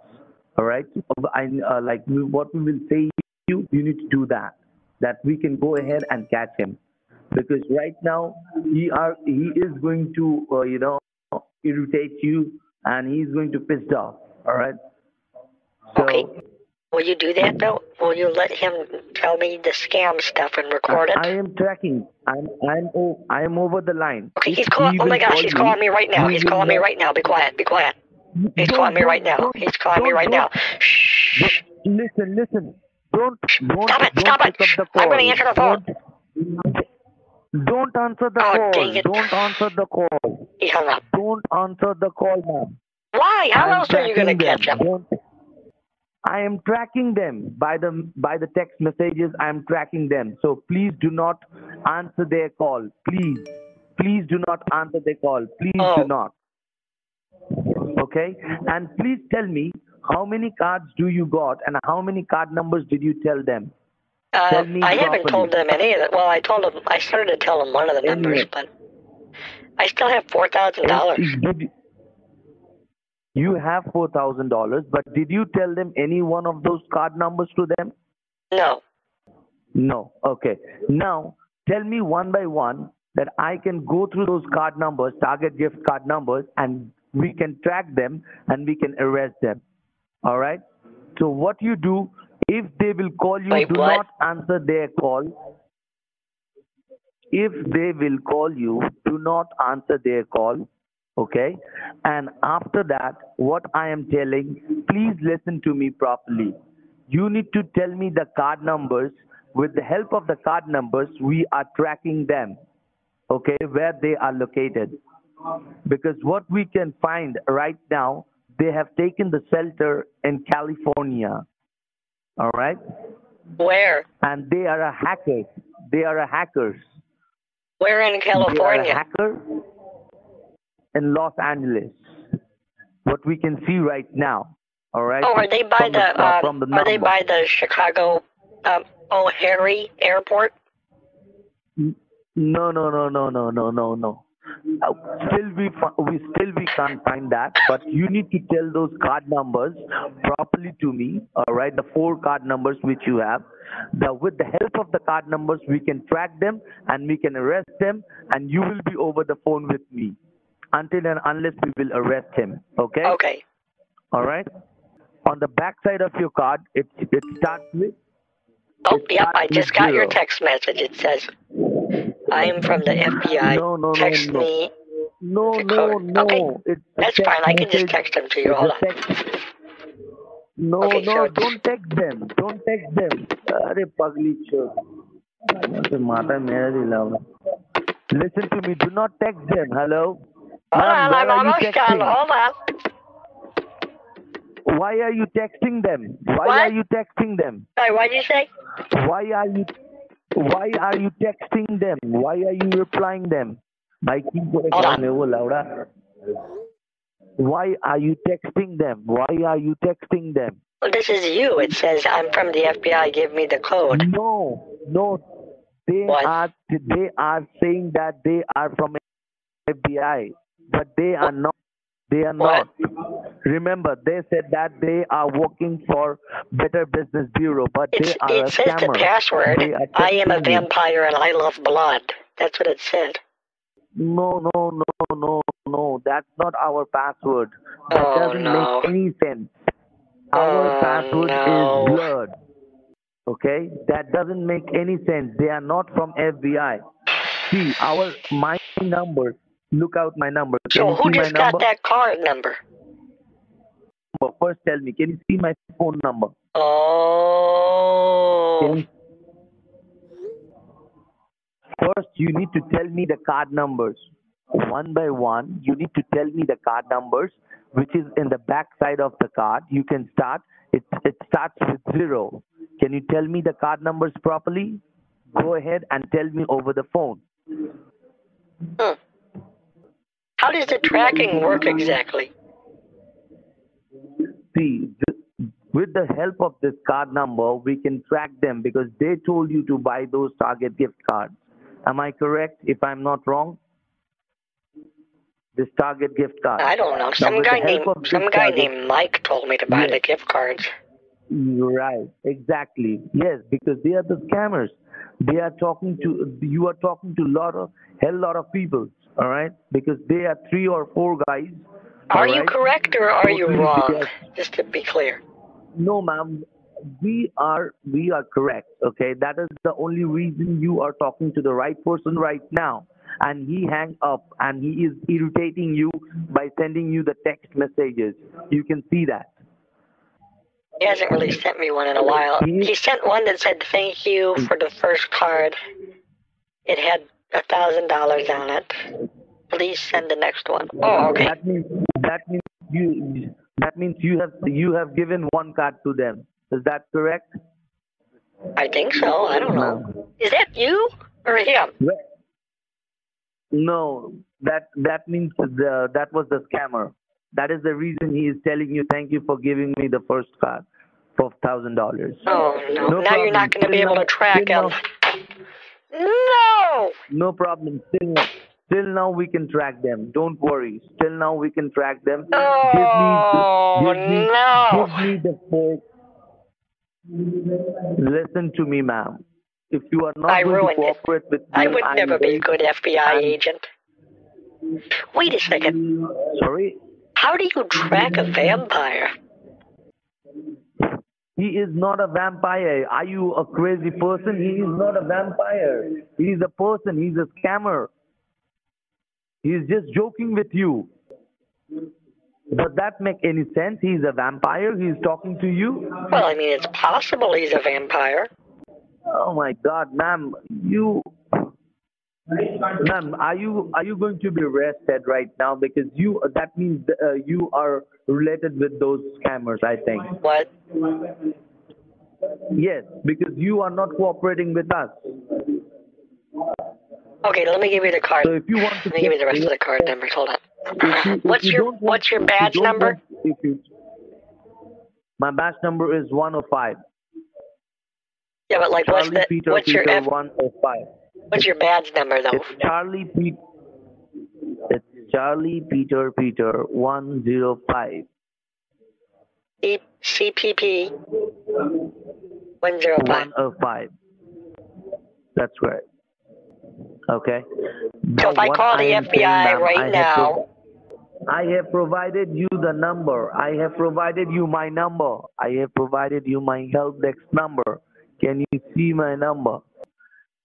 Speaker 3: all right? I, uh, like we- what we will say you, you need to do that, that we can go ahead and catch him, because right now he are he is going to uh, you know irritate you and he's going to piss off, all right? So,
Speaker 2: Okay. Will you do that though? Will you let him tell me the scam stuff and record
Speaker 3: I
Speaker 2: it?
Speaker 3: am tracking. I'm I'm o- I'm over the line.
Speaker 2: Okay, he's
Speaker 3: If
Speaker 2: calling.
Speaker 3: he
Speaker 2: Oh
Speaker 3: will
Speaker 2: my gosh,
Speaker 3: call
Speaker 2: he's
Speaker 3: you,
Speaker 2: calling me right now.
Speaker 3: he
Speaker 2: He's
Speaker 3: will
Speaker 2: calling me
Speaker 3: not-
Speaker 2: right now. Be quiet. Be quiet. He's calling me right now. He's calling me right now. Shh.
Speaker 3: Listen, listen. Don't don't
Speaker 2: Stop it,
Speaker 3: don't
Speaker 2: stop it.
Speaker 3: pick up the
Speaker 2: I'm
Speaker 3: call.
Speaker 2: gonna answer the phone.
Speaker 3: Don't, don't answer the
Speaker 2: Oh, dang
Speaker 3: call.
Speaker 2: it.
Speaker 3: Don't answer the call.
Speaker 2: He hung up.
Speaker 3: Don't answer the call, ma'am.
Speaker 2: Why? How
Speaker 3: I'm
Speaker 2: else are you gonna
Speaker 3: tracking them.
Speaker 2: catch him?
Speaker 3: Don't- I am tracking them by the by the text messages. I am tracking them. So please do not answer their call. Please, please do not answer their call. Please
Speaker 2: Oh.
Speaker 3: do not.
Speaker 4: okay? And please tell me how many cards do you got and how many card numbers did you tell them?
Speaker 2: Uh,
Speaker 4: Tell me
Speaker 2: I haven't
Speaker 4: properly.
Speaker 2: told them any of it. Well, I told them, I started to tell them one of the numbers,
Speaker 4: Anyway.
Speaker 2: but I still have $4,000.
Speaker 4: Did- you have four thousand dollars, but did you tell them any one of those card numbers to them?
Speaker 2: No.
Speaker 4: No. Okay. Now tell me one by one that I can go through those card numbers, target gift card numbers, and we can track them and we can arrest them. All right. So what you do if they will call you,
Speaker 2: Wait,
Speaker 4: do
Speaker 2: what?
Speaker 4: not answer their call. If they will call you, do not answer their call. Okay. And after that, what I am telling, please listen to me properly. You need to tell me the card numbers. With the help of the card numbers, we are tracking them. Okay. Where they are located because what we can find right now, they have taken the shelter in California. All right,
Speaker 2: Where?
Speaker 4: and they are a hacker. They are a hackers.
Speaker 2: Where in
Speaker 4: They are a
Speaker 2: California?
Speaker 4: hacker in Los Angeles. What we can see right now. All right.
Speaker 2: Oh, are they by
Speaker 4: From
Speaker 2: the,
Speaker 4: uh,
Speaker 2: um,
Speaker 4: from the
Speaker 2: are they
Speaker 4: number.
Speaker 2: by the Chicago um, O'Hare Airport?
Speaker 4: No, no, no, no, no, no, no, no. Uh, Still, we fi- we still we can't find that. But you need to tell those card numbers properly to me. All right, the four card numbers which you have. The, with the help of the card numbers, we can track them and we can arrest them. And you will be over the phone with me until and unless we will arrest him. Okay.
Speaker 2: Okay.
Speaker 4: All right. On the back side of your card, it it starts with
Speaker 2: Oh, yep, I
Speaker 4: not
Speaker 2: just got your
Speaker 4: zero.
Speaker 2: text message. It says, I am from the FBI.
Speaker 4: No, no, no,
Speaker 2: text
Speaker 4: no.
Speaker 2: me.
Speaker 4: no,
Speaker 2: The
Speaker 4: no,
Speaker 2: code.
Speaker 4: no.
Speaker 2: Okay.
Speaker 4: It's a
Speaker 2: That's
Speaker 4: text
Speaker 2: fine. I can just
Speaker 4: message.
Speaker 2: text them to you.
Speaker 4: It's a
Speaker 2: Hold on.
Speaker 4: text. No,
Speaker 2: Okay,
Speaker 4: no,
Speaker 2: so it's-
Speaker 4: don't text them. Don't text them. अरे पगली चोर तो माता मेरा दिलावा Listen to me. Do not text them. Hello.
Speaker 2: Hold
Speaker 4: Ma'am,
Speaker 2: on,
Speaker 4: why
Speaker 2: I'm
Speaker 4: are you
Speaker 2: almost done.
Speaker 4: texting?
Speaker 2: Hold on.
Speaker 4: Why are you texting them? Why
Speaker 2: What?
Speaker 4: are you texting them?
Speaker 2: Sorry, what'd you say?
Speaker 4: Why are you? Why are you texting them? Why are you replying them? भाई की करे
Speaker 2: Hold on.
Speaker 4: कौन है वो लाउडा? Why are you texting them? Why are you texting them?
Speaker 2: Well, this is you. It says, I'm from the FBI. Give me the code.
Speaker 4: No, no. They
Speaker 2: What?
Speaker 4: are they are saying that they are from FBI, but they are not. They are
Speaker 2: What?
Speaker 4: not. Remember, they said that they are working for Better Business Bureau, but
Speaker 2: It's,
Speaker 4: they are
Speaker 2: it
Speaker 4: a
Speaker 2: says
Speaker 4: scammer.
Speaker 2: the password.
Speaker 4: They are
Speaker 2: I am a
Speaker 4: texting you.
Speaker 2: vampire and I love blood. That's what it said.
Speaker 4: No, no, no, no, no. That's not our password. That
Speaker 2: Oh,
Speaker 4: doesn't
Speaker 2: no.
Speaker 4: make any sense. Our
Speaker 2: Oh,
Speaker 4: password
Speaker 2: no.
Speaker 4: is blurred. Okay? That doesn't make any sense. They are not from FBI. See, our my number. Look out my number. Can
Speaker 2: So
Speaker 4: you
Speaker 2: who
Speaker 4: see
Speaker 2: just
Speaker 4: my
Speaker 2: got
Speaker 4: number?
Speaker 2: that card number?
Speaker 4: Number. First tell me, can you see my phone number?
Speaker 2: Oh.
Speaker 4: Can First, you need to tell me the card numbers. One by one, you need to tell me the card numbers, which is in the back side of the card. You can start. It, it starts with zero. Can you tell me the card numbers properly? Go ahead and tell me over the phone.
Speaker 2: Hmm. How does the tracking work exactly?
Speaker 4: See, th- with the help of this card number, we can track them because they told you to buy those Target gift cards. Am I correct? If I'm not wrong, this Target gift card.
Speaker 2: I don't know. Some
Speaker 4: with the
Speaker 2: guy
Speaker 4: help
Speaker 2: named
Speaker 4: of
Speaker 2: some
Speaker 4: this
Speaker 2: guy
Speaker 4: target-
Speaker 2: named Mike told me to buy
Speaker 4: Yes.
Speaker 2: the gift cards.
Speaker 4: Right, exactly. Yes, because they are the scammers. They are talking to you are talking to lot of hell lot of people. All right, because they are three or four guys.
Speaker 2: Are
Speaker 4: all
Speaker 2: you
Speaker 4: right?
Speaker 2: correct or are you
Speaker 4: Totally
Speaker 2: wrong?
Speaker 4: because-
Speaker 2: Just to be clear.
Speaker 4: No, ma'am. We are we are correct. Okay, that is the only reason you are talking to the right person right now. And he hang up, and he is irritating you by sending you the text messages. You can see that.
Speaker 2: He hasn't really sent me one in a while.
Speaker 4: He- Mm.
Speaker 2: He sent one that said thank you for the first card. It had a thousand dollars on it. Please send the next one. Oh, okay.
Speaker 4: That means that means you that means you have you have given one card to them. Is that correct?
Speaker 2: I think so. I don't know. Is that you or him?
Speaker 4: No. That that means the that was the scammer. That is the reason he is telling you, thank you for giving me the first card for thousand dollars.
Speaker 2: Oh no! now you're not going to be able to track
Speaker 4: Still
Speaker 2: him.
Speaker 4: now,
Speaker 2: No.
Speaker 4: no problem. Still now, still now we can track them. Don't worry. Still now we can track them.
Speaker 2: Oh,
Speaker 4: give me, the-
Speaker 2: no.
Speaker 4: give me, give me the fork. Listen to me, ma'am. If you are not
Speaker 2: I
Speaker 4: going to
Speaker 2: ruined it.
Speaker 4: cooperate with me,
Speaker 2: I would
Speaker 4: I'm
Speaker 2: never be a
Speaker 4: going-
Speaker 2: good FBI agent. Wait a second.
Speaker 4: Sorry,
Speaker 2: How do you track a vampire?
Speaker 4: He is not a vampire. Are you a crazy person? He is not a vampire. He is a person. He's a scammer. He is just joking with you. Does that make any sense? He is a vampire. He is talking to you.
Speaker 2: Well, I mean, it's possible he's a vampire.
Speaker 4: Oh my God, ma'am, you, ma'am, are you are you going to be arrested right now? Because you that means uh, you are related with those scammers. I think.
Speaker 2: What?
Speaker 4: Yes, because you are not cooperating with us.
Speaker 2: Okay, let me give you the card.
Speaker 4: So if you want to
Speaker 2: Let me give you the rest of the card numbers. Hold
Speaker 4: If you-
Speaker 2: on.
Speaker 4: if
Speaker 2: What's
Speaker 4: you
Speaker 2: your
Speaker 4: don't want-
Speaker 2: What's your
Speaker 4: if you
Speaker 2: badge
Speaker 4: don't
Speaker 2: number?
Speaker 4: want- if you- my badge number is 105.
Speaker 2: Yeah, but like, what's
Speaker 4: Charlie
Speaker 2: the
Speaker 4: Peter
Speaker 2: What's your
Speaker 4: Peter
Speaker 2: F,
Speaker 4: 105.
Speaker 2: What's your badge number though?
Speaker 4: It's Charlie Peter. It's Charlie Peter Peter 105.
Speaker 2: C- CPP one zero five.
Speaker 4: uh, 105. That's right. Okay.
Speaker 2: So if I
Speaker 4: what
Speaker 2: call the
Speaker 4: am
Speaker 2: FBI
Speaker 4: saying, ma'am,
Speaker 2: right
Speaker 4: I have
Speaker 2: now-
Speaker 4: pro- I have provided you the number. I have provided you my number. I have provided you my help desk number. Can you see my number?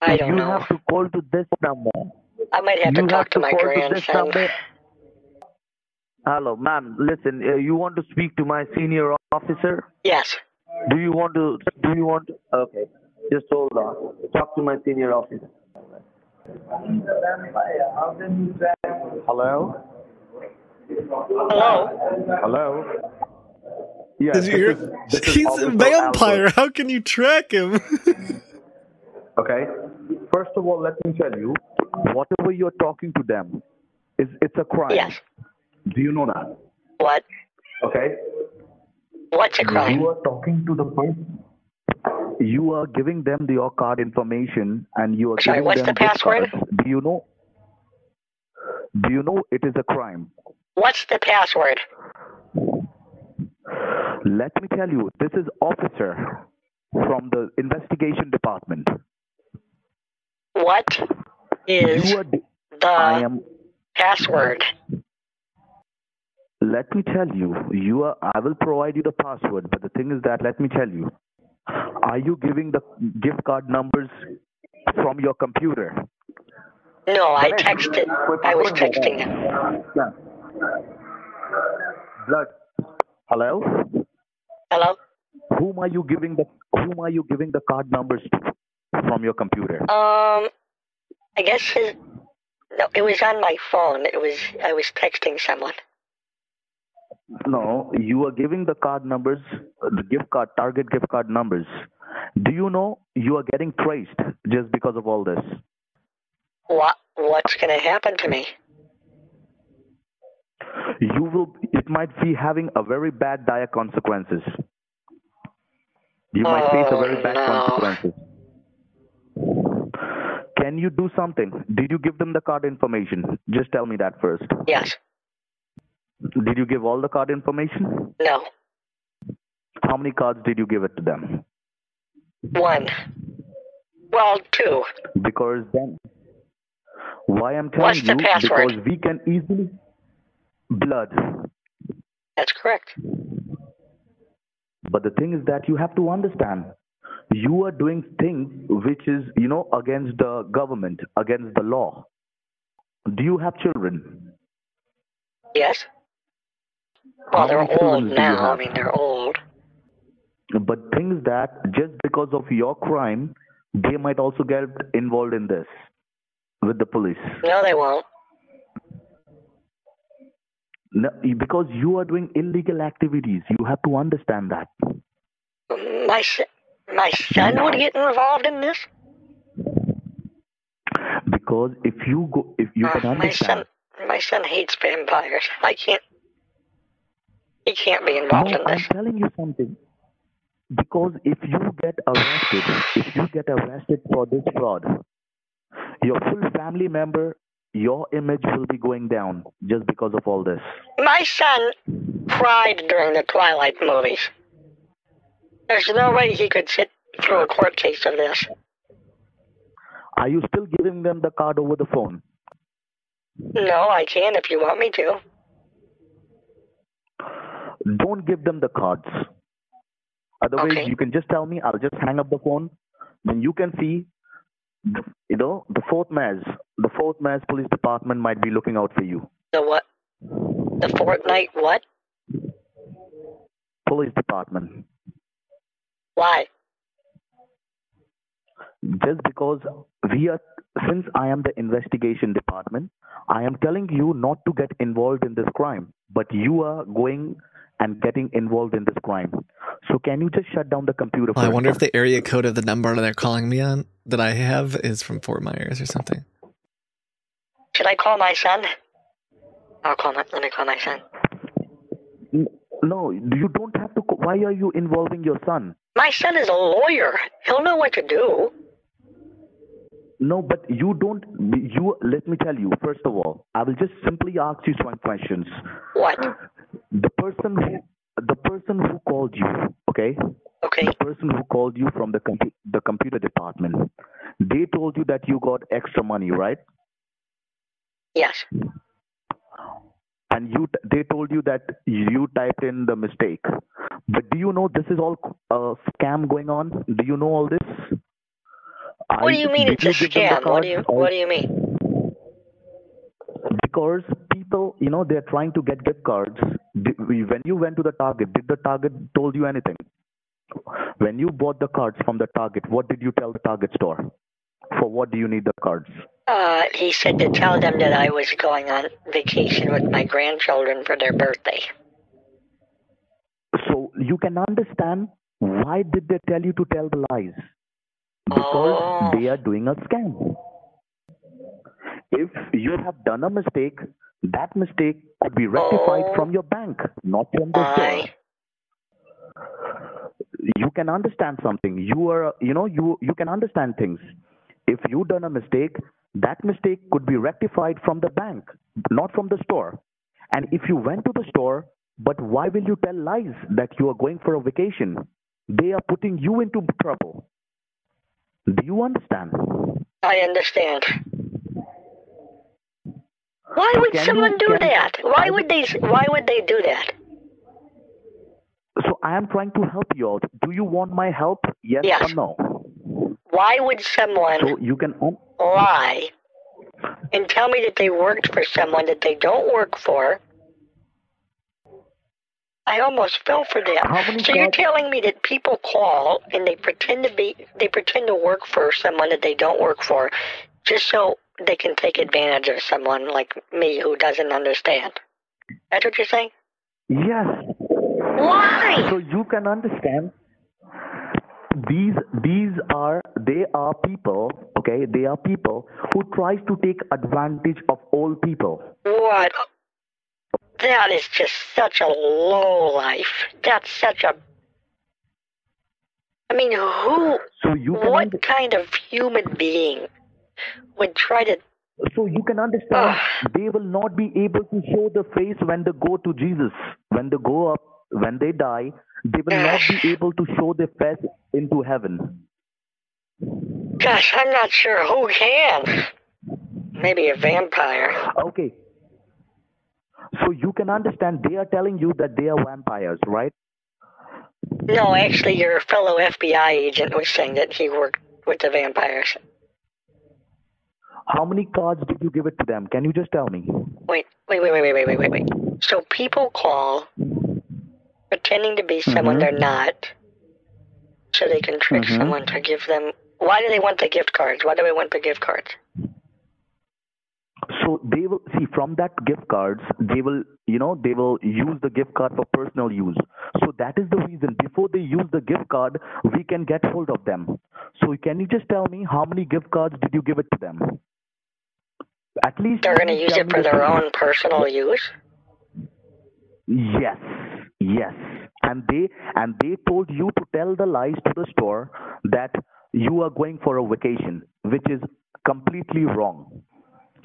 Speaker 2: I don't
Speaker 4: you
Speaker 2: know.
Speaker 4: have to call to this number.
Speaker 2: I might have
Speaker 4: you
Speaker 2: to
Speaker 4: have
Speaker 2: talk to my
Speaker 4: call to this
Speaker 2: grandson.
Speaker 4: number. Hello, ma'am. Listen, uh, you want to speak to my senior officer?
Speaker 2: Yes.
Speaker 4: Do you want to? Do you want? Okay, just hold on. Talk to my senior officer.
Speaker 5: Hello?
Speaker 2: Hello.
Speaker 5: Hello? Yes.
Speaker 1: Did you hear?
Speaker 5: this is
Speaker 1: He's a
Speaker 5: Officer
Speaker 1: vampire.
Speaker 5: Albert.
Speaker 1: How can you track him?
Speaker 5: Okay. First of all, let me tell you, whatever you're talking to them, is it's a crime.
Speaker 2: Yes.
Speaker 5: Do you know that?
Speaker 2: What?
Speaker 5: Okay.
Speaker 2: What's a crime?
Speaker 5: You are talking to the person. You are giving them the, your card information, and you are
Speaker 2: Sorry,
Speaker 5: giving
Speaker 2: what's the
Speaker 5: them
Speaker 2: password?
Speaker 5: gift cards. Do you know? Do you know it is a crime?
Speaker 2: What's the password?
Speaker 5: Let me tell you, this is officer from the investigation department.
Speaker 2: What is
Speaker 5: you are. d- I
Speaker 2: the
Speaker 5: am.
Speaker 2: password?
Speaker 5: Let me tell you, you are. I will provide you the password, but the thing is that let me tell you, are you giving the gift card numbers from your computer?
Speaker 2: No, I texted. I was texting him.
Speaker 5: Blood. Hello.
Speaker 2: Hello?
Speaker 5: Whom are you giving the Whom are you giving the card numbers to from your computer?
Speaker 2: Um, I guess his, no, it was on my phone. It was I was texting someone.
Speaker 5: No, you are giving the card numbers, the gift card, target gift card numbers. Do you know you are getting traced just because of all this?
Speaker 2: What what's gonna happen to me?
Speaker 5: You will. It might be having a very bad dire consequences. You might face a very bad
Speaker 2: Oh, no.
Speaker 5: consequences. Can you do something? Did you give them the card information? Just tell me that first.
Speaker 2: Yes.
Speaker 5: Did you give all the card information?
Speaker 2: No.
Speaker 5: How many cards did you give it to them?
Speaker 2: One. Well, two.
Speaker 5: Because then, why I'm telling
Speaker 2: What's the
Speaker 5: you,
Speaker 2: password?
Speaker 5: because we can easily blood.
Speaker 2: That's correct.
Speaker 5: But the thing is that you have to understand, you are doing things which is, you know, against the government, against the law. Do you have children?
Speaker 2: Yes. Well,
Speaker 5: How
Speaker 2: they're
Speaker 5: many
Speaker 2: old
Speaker 5: children do you
Speaker 2: now. I
Speaker 5: have?
Speaker 2: mean, they're old.
Speaker 5: But things that just because of your crime, they might also get involved in this with the police.
Speaker 2: No, they won't.
Speaker 5: No, because you are doing illegal activities. You have to understand that.
Speaker 2: My s- my son would get involved in this.
Speaker 5: Because if you go, if you
Speaker 2: Uh,
Speaker 5: can
Speaker 2: Ah, my son
Speaker 5: understand,
Speaker 2: my son hates vampires. I can't He can't be involved
Speaker 5: No,
Speaker 2: in
Speaker 5: I'm
Speaker 2: this.
Speaker 5: telling you something. Because if you get arrested, if you get arrested for this fraud, your full family member, your image will be going down just because of all this.
Speaker 2: My son cried during the Twilight movies. There's no way he could sit through a court case of this.
Speaker 5: Are you still giving them the card over the phone?
Speaker 2: No, I can if you want me to.
Speaker 5: Don't give them the cards. Otherwise,
Speaker 2: Okay.
Speaker 5: you can just tell me. I'll just hang up the phone. Then you can see. th- You know, the Fort Myers, the Fort Myers Police Department might be looking out for you.
Speaker 2: The what? The Fortnite what?
Speaker 5: Police Department.
Speaker 2: Why?
Speaker 5: just because we are since i am the investigation department i am telling you not to get involved in this crime but you are going and getting involved in this crime so can you just shut down the computer
Speaker 1: (laughs) Well, I
Speaker 5: first?
Speaker 1: wonder if the area code of the number that they're calling me on that I have is from Fort Myers or something.
Speaker 2: Should I call my son? I'll call my, let me call my son.
Speaker 5: N- no you don't have to co- why are you involving your son
Speaker 2: My son is a lawyer. He'll know what to do.
Speaker 5: no but you don't you let me tell you first of all i will just simply ask you some questions
Speaker 2: What?
Speaker 5: the person who the person who called you okay
Speaker 2: Okay.
Speaker 5: the person who called you from the compu- the computer department they told you that you got extra money right
Speaker 2: Yes.
Speaker 5: and you t- they told you that you typed in the mistake but do you know this is all uh, scam going on do you know all this
Speaker 2: What do you mean it's a scam? What do you What do you mean?
Speaker 5: because people you know they're trying to get gift cards Did- when you went to the target did the target told you anything when you bought the cards from the target what did you tell the target store for what do you need the cards
Speaker 2: Uh, he said to tell them that I was going on vacation with my grandchildren for their birthday.
Speaker 5: So you can understand why did they tell you to tell the lies? Because
Speaker 2: Oh.
Speaker 5: they are doing a scam. If you have done a mistake, that mistake could be rectified
Speaker 2: Oh.
Speaker 5: from your bank, not from the store.
Speaker 2: I
Speaker 5: You can understand something. You are, you know, you you can understand things. If you done a mistake, that mistake could be rectified from the bank, not from the store. And if you went to the store, but why will you tell lies that you are going for a vacation? They are putting you into trouble. Do you understand?
Speaker 2: I understand. Why would
Speaker 5: Can you-
Speaker 2: someone do
Speaker 5: can-
Speaker 2: that? Why would they Why would they do that?
Speaker 5: So I am trying to help you out. Do you want my help? Yes,
Speaker 2: Yes.
Speaker 5: or no?
Speaker 2: Why would someone
Speaker 5: So you can. on-
Speaker 2: lie and tell me that they worked for someone that they don't work for? I almost fell for
Speaker 5: How
Speaker 2: that.
Speaker 5: many
Speaker 2: So you're
Speaker 5: jobs-
Speaker 2: telling me that people call and they pretend to be they pretend to work for someone that they don't work for just so they can take advantage of someone like me who doesn't understand. That's what you're saying?
Speaker 5: Yes.
Speaker 2: Why?
Speaker 5: so you can understand these these are they are people okay they are people who tries to take advantage of old people
Speaker 2: What? That is just such a low life. That's such a. I mean, who?
Speaker 5: so you can
Speaker 2: What
Speaker 5: under-
Speaker 2: kind of human being would try to?
Speaker 5: so you can understand
Speaker 2: Ugh.
Speaker 5: they will not be able to show the face when they go to jesus when they go up when they die they will not be able to show their face into heaven
Speaker 2: Gosh, I'm not sure who can. Maybe a vampire.
Speaker 5: okay so you can understand they are telling you that they are vampires right
Speaker 2: No, actually, your fellow FBI agent was saying that he worked with the vampires.
Speaker 5: How many cards did you give it to them? Can you just tell me?
Speaker 2: Wait, wait, wait, wait, wait, wait, wait, wait, wait. So people call pretending to be someone
Speaker 5: Mm-hmm.
Speaker 2: they're not so they can trick someone to give them. Why do they want the gift cards? Why do they want the gift cards?
Speaker 5: So they will see from that gift cards, they will, you know, they will use the gift card for personal use. So that is the reason. Before they use the gift card, we can get hold of them. So can you just tell me how many gift cards did you give it to them? At least
Speaker 2: They're going to
Speaker 5: please
Speaker 2: use
Speaker 5: tell
Speaker 2: it
Speaker 5: me
Speaker 2: for
Speaker 5: the
Speaker 2: their
Speaker 5: truth.
Speaker 2: own personal use?
Speaker 5: Yes. Yes, and they and they told you to tell the lies to the store that you are going for a vacation, which is completely wrong.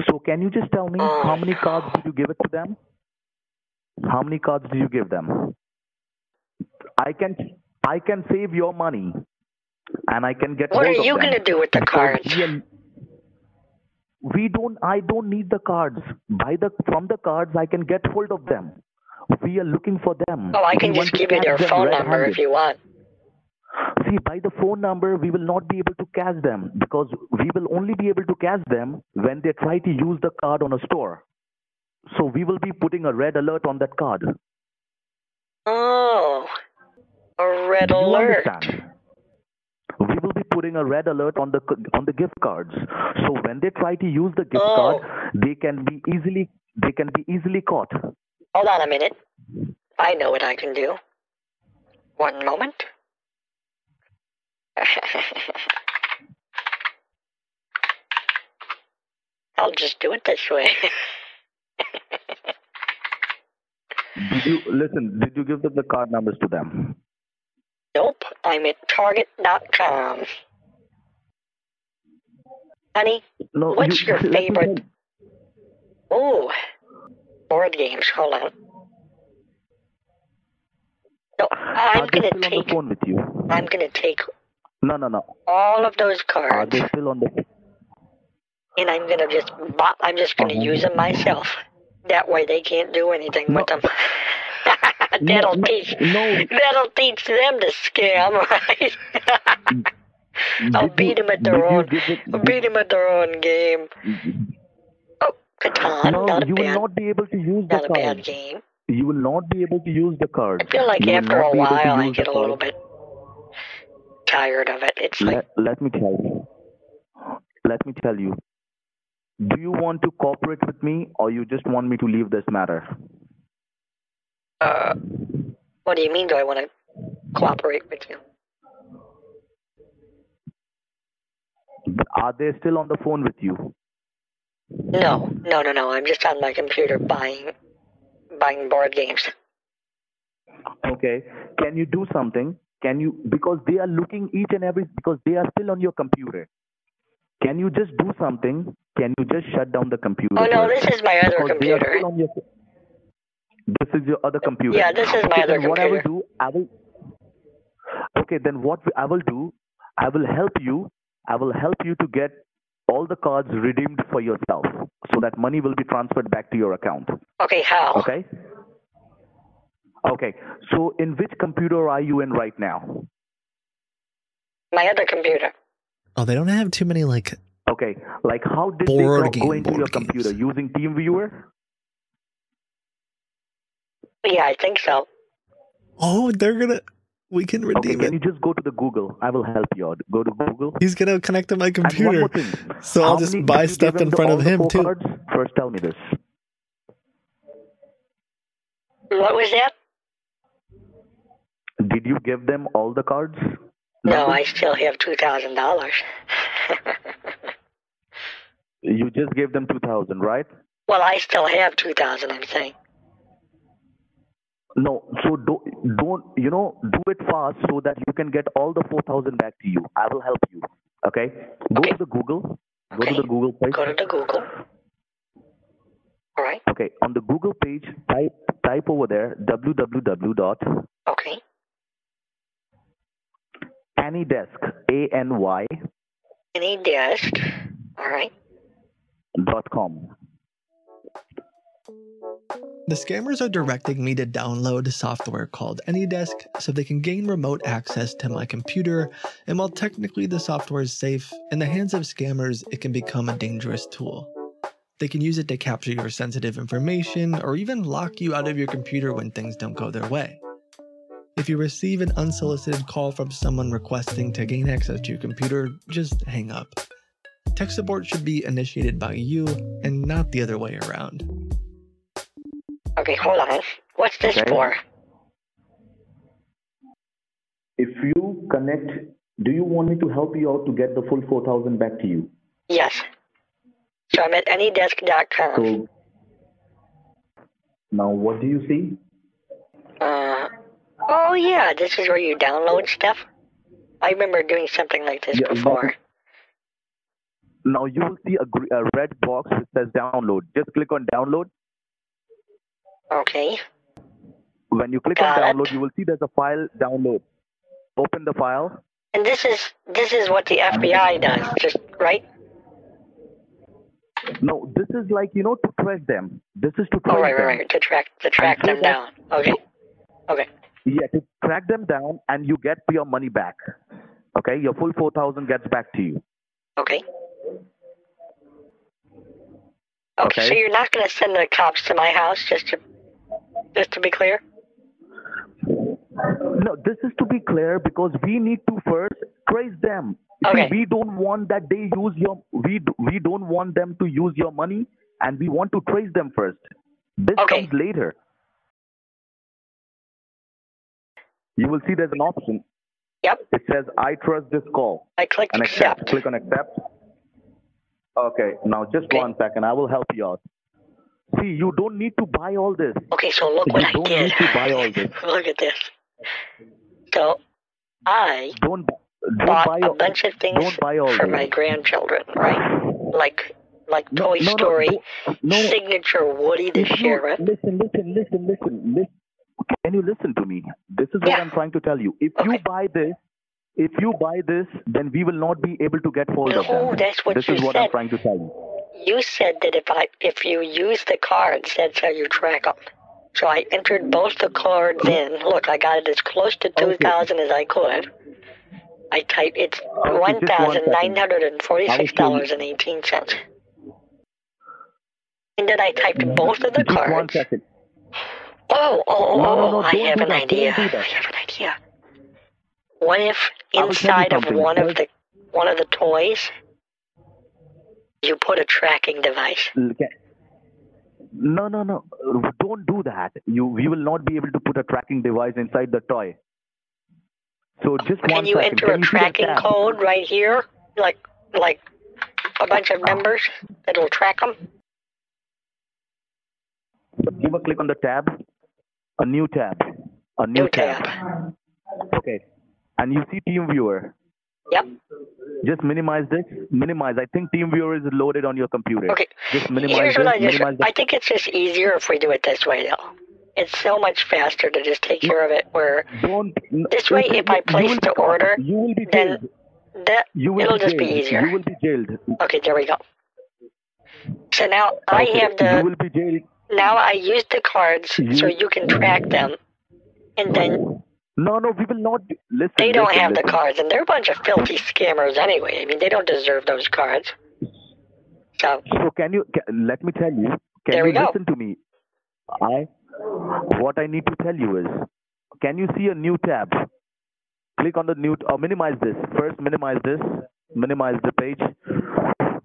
Speaker 5: So can you just tell me
Speaker 2: Oh
Speaker 5: how many cards did you give it to them? How many cards do you give them? I can I can save your money, and I can get.
Speaker 2: What are
Speaker 5: hold of
Speaker 2: you
Speaker 5: them.
Speaker 2: going to do with the cards?
Speaker 5: We are- we don't. I don't need the cards. By the from the cards, I can get hold of them. We are looking for them.
Speaker 2: Oh, I can
Speaker 5: We want
Speaker 2: just
Speaker 5: to
Speaker 2: give you
Speaker 5: catch
Speaker 2: their
Speaker 5: them
Speaker 2: phone
Speaker 5: red-handed.
Speaker 2: number if you want.
Speaker 5: See, by the phone number, we will not be able to catch them because we will only be able to catch them when they try to use the card on a store. So we will be putting a red alert on that card.
Speaker 2: Oh, a red
Speaker 5: Do you
Speaker 2: alert.
Speaker 5: understand? We will be putting a red alert on the c- on the gift cards. So when they try to use the gift
Speaker 2: Oh.
Speaker 5: card, they can be easily they can be easily caught.
Speaker 2: Hold on a minute. I know what I can do. One moment. (laughs) I'll just do it this way. (laughs)
Speaker 5: Did you listen? Did you give them the card numbers to them?
Speaker 2: nope, I'm at Target.com. Honey,
Speaker 5: No.
Speaker 2: What's
Speaker 5: you- (laughs)
Speaker 2: your
Speaker 5: let me
Speaker 2: favorite-
Speaker 5: tell-
Speaker 2: Oh, board games. Hold on. No, I'm
Speaker 5: Are they
Speaker 2: gonna
Speaker 5: still on the
Speaker 2: take.
Speaker 5: phone with you?
Speaker 2: I'm gonna take
Speaker 5: No, no, no.
Speaker 2: all of those
Speaker 5: Are
Speaker 2: cards,
Speaker 5: they still on the?
Speaker 2: and I'm gonna just. bo- I'm just gonna
Speaker 5: Uh-huh.
Speaker 2: use them myself. That way, they can't do anything with them. (laughs) That'll
Speaker 5: no,
Speaker 2: teach.
Speaker 5: No.
Speaker 2: That'll teach them to scam, (laughs) right? I'll
Speaker 5: did
Speaker 2: beat
Speaker 5: you-
Speaker 2: them at their
Speaker 5: did you
Speaker 2: own.
Speaker 5: give it-
Speaker 2: I'll beat them at their own game. Oh, Catan,
Speaker 5: Mm-hmm. No,
Speaker 2: not a
Speaker 5: you will
Speaker 2: bad,
Speaker 5: not be able to use the
Speaker 2: not a bad
Speaker 5: card.
Speaker 2: game.
Speaker 5: You will not be able to use the card.
Speaker 2: I feel like
Speaker 5: You will
Speaker 2: after
Speaker 5: not
Speaker 2: a
Speaker 5: be able to
Speaker 2: while, I
Speaker 5: use
Speaker 2: get
Speaker 5: the
Speaker 2: a little
Speaker 5: card.
Speaker 2: bit tired of it. It's like,
Speaker 5: Let, let me tell you. Let me tell you. Do you want to cooperate with me, or you just want me to leave this matter?
Speaker 2: uh, what do you mean? Do I want to cooperate with you?
Speaker 5: Are they still on the phone with you?
Speaker 2: No, no, no, no. I'm just on my computer buying, buying board games.
Speaker 5: Okay. Can you do something? Can you because they are looking each and every because they are still on your computer. Can you just do something? Can you just shut down the computer?
Speaker 2: Oh no,
Speaker 5: first?
Speaker 2: this is my other
Speaker 5: Because they are
Speaker 2: computer.
Speaker 5: still on your- This is your other computer.
Speaker 2: Yeah, this is my
Speaker 5: okay,
Speaker 2: other
Speaker 5: then what I will
Speaker 2: computer.
Speaker 5: do, I will. Okay, then what I will do, I will help you. I will help you to get all the cards redeemed for yourself, so that money will be transferred back to your account.
Speaker 2: Okay, how?
Speaker 5: Okay. Okay. So, in which computer are you in right now?
Speaker 2: My other computer.
Speaker 1: Oh, they don't have too many like
Speaker 5: Okay. Like, how did
Speaker 1: Board
Speaker 5: they go-
Speaker 1: game,
Speaker 5: go into
Speaker 1: board
Speaker 5: your
Speaker 1: games.
Speaker 5: computer using TeamViewer?
Speaker 2: Yeah, I think so.
Speaker 1: oh, they're gonna we can
Speaker 5: Okay.
Speaker 1: redeem it.
Speaker 5: Can you just go to the Google? I will help you out. Go to Google.
Speaker 1: He's gonna connect to my
Speaker 5: And one
Speaker 1: computer.
Speaker 5: more thing.
Speaker 1: So
Speaker 5: How
Speaker 1: I'll just
Speaker 5: many- did
Speaker 1: buy
Speaker 5: you give
Speaker 1: stuff in
Speaker 5: the-
Speaker 1: front
Speaker 5: all
Speaker 1: of
Speaker 5: the
Speaker 1: him
Speaker 5: four
Speaker 1: too.
Speaker 5: Cards? First, tell me this.
Speaker 2: What was that?
Speaker 5: Did you give them all the cards?
Speaker 2: No, I still have two thousand dollars. (laughs)
Speaker 5: You just gave them two thousand, right?
Speaker 2: Well, I still have two thousand. I'm saying.
Speaker 5: No. So do, don't you know? Do it fast so that you can get all the four thousand back to you. I will help you. Okay. Go
Speaker 2: Okay.
Speaker 5: to the Google. Go
Speaker 2: Okay.
Speaker 5: to the Google page.
Speaker 2: Go to the Google. All right.
Speaker 5: Okay. On the Google page, type type over there www dot
Speaker 2: Okay.
Speaker 5: anydesk a n y
Speaker 2: Any desk. All right.
Speaker 5: dot com.
Speaker 1: The scammers are directing me to download software called AnyDesk so they can gain remote access to my computer. And while technically the software is safe, in the hands of scammers, it can become a dangerous tool. They can use it to capture your sensitive information or even lock you out of your computer when things don't go their way. If you receive an unsolicited call from someone requesting to gain access to your computer, just hang up. Tech support should be initiated by you and not the other way around.
Speaker 2: Okay. Hold on. What's this
Speaker 5: Okay.
Speaker 2: for?
Speaker 5: If you connect, do you want me to help you out to get the full four thousand back to you?
Speaker 2: Yes. So I'm at anydesk.com.
Speaker 5: So now, what do you see?
Speaker 2: Uh, Oh yeah, this is where you download stuff. I remember doing something like this
Speaker 5: Yeah, you-
Speaker 2: before.
Speaker 5: Now you will see a, gr- a red box which says download. Just click on download.
Speaker 2: Okay.
Speaker 5: When you click
Speaker 2: Got
Speaker 5: on
Speaker 2: it.
Speaker 5: download, you will see there's a file download. Open the file.
Speaker 2: And this is this is what the FBI does, just right?
Speaker 5: No, this is like you know to track them. This is to track
Speaker 2: Oh right,
Speaker 5: them.
Speaker 2: right, right. To track to track
Speaker 5: And
Speaker 2: them
Speaker 5: so
Speaker 2: down. Okay. Okay.
Speaker 5: Yeah, to track them down and you get your money back. Okay, your full four thousand gets back to you.
Speaker 2: Okay. Okay, so
Speaker 5: Okay.
Speaker 2: you're not gonna send the cops to my house just to just to be clear?
Speaker 5: No, this is to be clear because we need to first trace them. See,
Speaker 2: Okay.
Speaker 5: we don't want that they use your we d- we don't want them to use your money and we want to trace them first. This
Speaker 2: Okay.
Speaker 5: comes later. You will see there's an option.
Speaker 2: Yep.
Speaker 5: It says I trust this call
Speaker 2: I clicked
Speaker 5: and accept.
Speaker 2: accept.
Speaker 5: Click on accept. Okay, now just
Speaker 2: Okay.
Speaker 5: one second. I will help you out. See, you don't need to buy all this.
Speaker 2: Okay, so look what
Speaker 5: You
Speaker 2: I
Speaker 5: don't
Speaker 2: did.
Speaker 5: need to buy
Speaker 2: (laughs)
Speaker 5: all this.
Speaker 2: look at this. So I
Speaker 5: Don't don't buy
Speaker 2: bought a
Speaker 5: all.
Speaker 2: bunch of things
Speaker 5: don't buy all
Speaker 2: for
Speaker 5: this.
Speaker 2: my grandchildren, right? Like like
Speaker 5: No,
Speaker 2: Toy
Speaker 5: no, no,
Speaker 2: Story,
Speaker 5: don't- no,
Speaker 2: signature Woody the
Speaker 5: If you-
Speaker 2: Sheriff.
Speaker 5: Listen, listen, listen, listen, listen. Can you listen to me? This is what
Speaker 2: Yeah.
Speaker 5: I'm trying to tell you. If you
Speaker 2: Okay.
Speaker 5: buy this, if you buy this, then we will not be able to get hold of
Speaker 2: No,
Speaker 5: them.
Speaker 2: Oh, that's what
Speaker 5: this
Speaker 2: you
Speaker 5: is what I'm
Speaker 2: said.
Speaker 5: trying to tell you.
Speaker 2: You said that if I if you use the cards, that's how you track them. So I entered both the cards in. Look, I got it as close to two
Speaker 5: Oh. Okay.
Speaker 2: thousand as I could. I type it's
Speaker 5: just one
Speaker 2: one thousand nine hundred and forty six dollars and eighteen cents. And then I typed both of the
Speaker 5: Just one
Speaker 2: cards.
Speaker 5: second.
Speaker 2: Oh, oh, oh,
Speaker 5: No, no,
Speaker 2: oh,
Speaker 5: no,
Speaker 2: I
Speaker 5: don't
Speaker 2: have
Speaker 5: do
Speaker 2: an
Speaker 5: that, don't
Speaker 2: idea.
Speaker 5: do that.
Speaker 2: I have an idea. What if
Speaker 5: I will tell you
Speaker 2: inside of
Speaker 5: something.
Speaker 2: one of
Speaker 5: First-
Speaker 2: the one of the toys you put a tracking device?
Speaker 5: Okay. No, no, no. Uh, Don't do that. You, we will not be able to put a tracking device inside the toy. So just one
Speaker 2: Can you
Speaker 5: second.
Speaker 2: enter
Speaker 5: Can
Speaker 2: a
Speaker 5: you see the
Speaker 2: tracking
Speaker 5: tab?
Speaker 2: code right here? Like like a bunch
Speaker 5: Uh,
Speaker 2: of numbers that'll track them?
Speaker 5: Give a click on the tab. A new tab. A new,
Speaker 2: New tab.
Speaker 5: Okay. And you see TeamViewer.
Speaker 2: Yep.
Speaker 5: Just minimize this. Minimize. I think TeamViewer is loaded on your computer.
Speaker 2: Okay.
Speaker 5: Just minimize
Speaker 2: Here's what I
Speaker 5: this.
Speaker 2: just
Speaker 5: Minimize
Speaker 2: I
Speaker 5: that.
Speaker 2: think it's just easier if we do it this way though. It's so much faster to just take care of it where
Speaker 5: Don't. n-
Speaker 2: This way, if I
Speaker 5: you
Speaker 2: place
Speaker 5: will
Speaker 2: the
Speaker 5: be-
Speaker 2: order,
Speaker 5: you will be
Speaker 2: then-
Speaker 5: jailed.
Speaker 2: that
Speaker 5: You will
Speaker 2: it'll just be
Speaker 5: jailed.
Speaker 2: easier.
Speaker 5: You will be jailed.
Speaker 2: Okay, there we go. So now I
Speaker 5: Okay.
Speaker 2: have
Speaker 5: You
Speaker 2: the
Speaker 5: will be jailed.
Speaker 2: now I use the cards so
Speaker 5: You-
Speaker 2: you can track them. And then
Speaker 5: No, no, we will not. be- Listen.
Speaker 2: they don't
Speaker 5: listen,
Speaker 2: have the
Speaker 5: listen.
Speaker 2: cards and they're a bunch of filthy scammers anyway. I mean they don't deserve those cards. So
Speaker 5: So can you ca let me tell you? Can
Speaker 2: There we
Speaker 5: you
Speaker 2: go.
Speaker 5: listen to me? I what I need to tell you is, can you see a new tab? Click on the new or minimize this. First, minimize this. Minimize the page.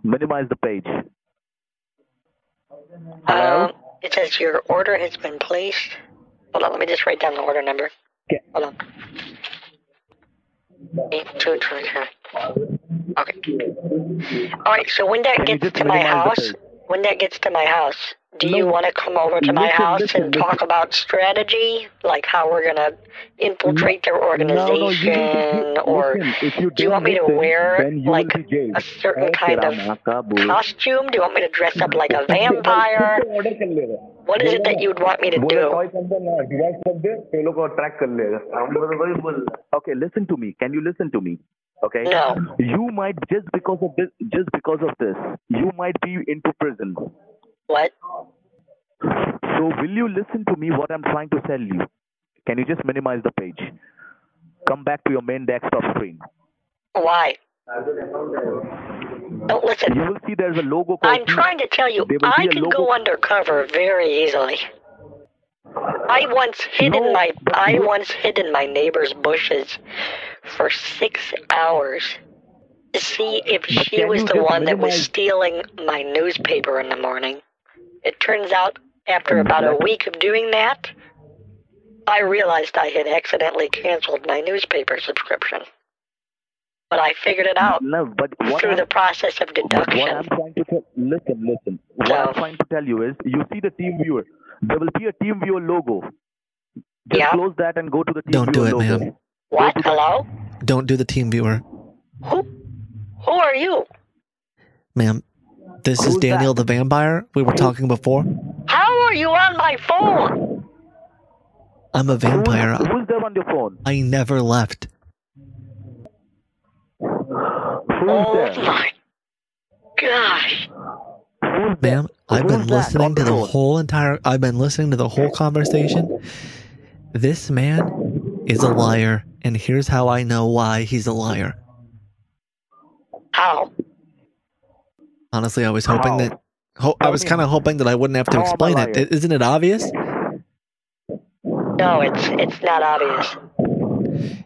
Speaker 5: Minimize the page. Hello.
Speaker 2: um it says your order has been placed. Hold on, let me just write down the order number.
Speaker 5: Okay.
Speaker 2: Hold on. Eight two three. Okay. All right. So when that
Speaker 5: Can you
Speaker 2: gets
Speaker 5: just
Speaker 2: to my
Speaker 5: minimize the
Speaker 2: house, when that gets to my house, do you
Speaker 5: No.
Speaker 2: want to come over to my
Speaker 5: Listen,
Speaker 2: house
Speaker 5: listen,
Speaker 2: and talk
Speaker 5: listen.
Speaker 2: about strategy, like how we're gonna infiltrate their
Speaker 5: No, no, you
Speaker 2: organization,
Speaker 5: need to,
Speaker 2: or
Speaker 5: listen, if you
Speaker 2: do you
Speaker 5: don't
Speaker 2: want me to
Speaker 5: listen,
Speaker 2: wear,
Speaker 5: then you
Speaker 2: like,
Speaker 5: will be jailed.
Speaker 2: a certain
Speaker 5: Okay,
Speaker 2: kind of
Speaker 5: Ramakabul.
Speaker 2: costume? Do you want me to dress up like
Speaker 5: (laughs)
Speaker 2: a vampire?
Speaker 8: Order कर ले रहा
Speaker 2: What is it that you'd want me to
Speaker 8: बोला
Speaker 2: do?
Speaker 8: Toy something
Speaker 5: uh,
Speaker 8: ना device कर दे ये लोग को ट्रैक कर लेगा हम लोग को वही बोल रहा
Speaker 5: okay listen to me can you listen to me okay
Speaker 2: No.
Speaker 5: you might just because of this just because of this you might be into prison
Speaker 2: What?
Speaker 5: so will you listen to me what i'm trying to tell you can you just minimize the page come back to your main desktop screen
Speaker 2: Why? Don't listen.
Speaker 5: you will see there's a logo called
Speaker 2: I'm trying to tell you,
Speaker 5: There will
Speaker 2: I
Speaker 5: be a
Speaker 2: can
Speaker 5: logo-
Speaker 2: go undercover very easily. I once hid in
Speaker 5: No,
Speaker 2: my
Speaker 5: but
Speaker 2: I
Speaker 5: you-
Speaker 2: once hid in my neighbor's bushes for six hours to see if she
Speaker 5: can
Speaker 2: was
Speaker 5: you
Speaker 2: the
Speaker 5: just
Speaker 2: one that was
Speaker 5: minimize-
Speaker 2: stealing my newspaper in the morning. It turns out after about a
Speaker 5: Exactly.
Speaker 2: week of doing that, I realized I had accidentally canceled my newspaper subscription. But I figured it out
Speaker 5: no but what
Speaker 2: through
Speaker 5: I'm,
Speaker 2: the process of
Speaker 5: but what
Speaker 2: deduction.
Speaker 5: I'm trying to tell listen listen what
Speaker 2: No.
Speaker 5: i'm trying to tell you is you see the team viewer there will be a team viewer logo Just
Speaker 2: Yeah.
Speaker 5: close that and go to the TV
Speaker 1: Don't do it,
Speaker 5: logo.
Speaker 1: ma'am.
Speaker 2: What? Hello?
Speaker 1: Don't do the team viewer,
Speaker 2: Who? Who are you?
Speaker 1: ma'am. This is
Speaker 5: Who's
Speaker 1: Daniel the vampire we were talking before.
Speaker 2: How are you on my phone?
Speaker 1: I'm a
Speaker 5: Who's-
Speaker 1: vampire.
Speaker 5: Who's there on your phone?
Speaker 1: I never left.
Speaker 5: Who's
Speaker 2: Oh
Speaker 5: there?
Speaker 2: my gosh.
Speaker 5: Who's there?
Speaker 1: Ma'am, I've been
Speaker 5: Who's that
Speaker 1: listening
Speaker 5: on
Speaker 1: to
Speaker 5: the
Speaker 1: the
Speaker 5: phone?
Speaker 1: whole entire I've been listening to the whole conversation. This man is a liar, and here's how I know why he's a liar.
Speaker 2: How?
Speaker 1: Honestly, I was hoping
Speaker 5: How?
Speaker 1: that ho- I
Speaker 5: How
Speaker 1: was
Speaker 5: do you-
Speaker 1: kind of hoping that I wouldn't have
Speaker 5: How
Speaker 1: to
Speaker 5: am I
Speaker 1: explain it.
Speaker 5: liar?
Speaker 1: I- Isn't it obvious?
Speaker 2: No, it's it's not obvious.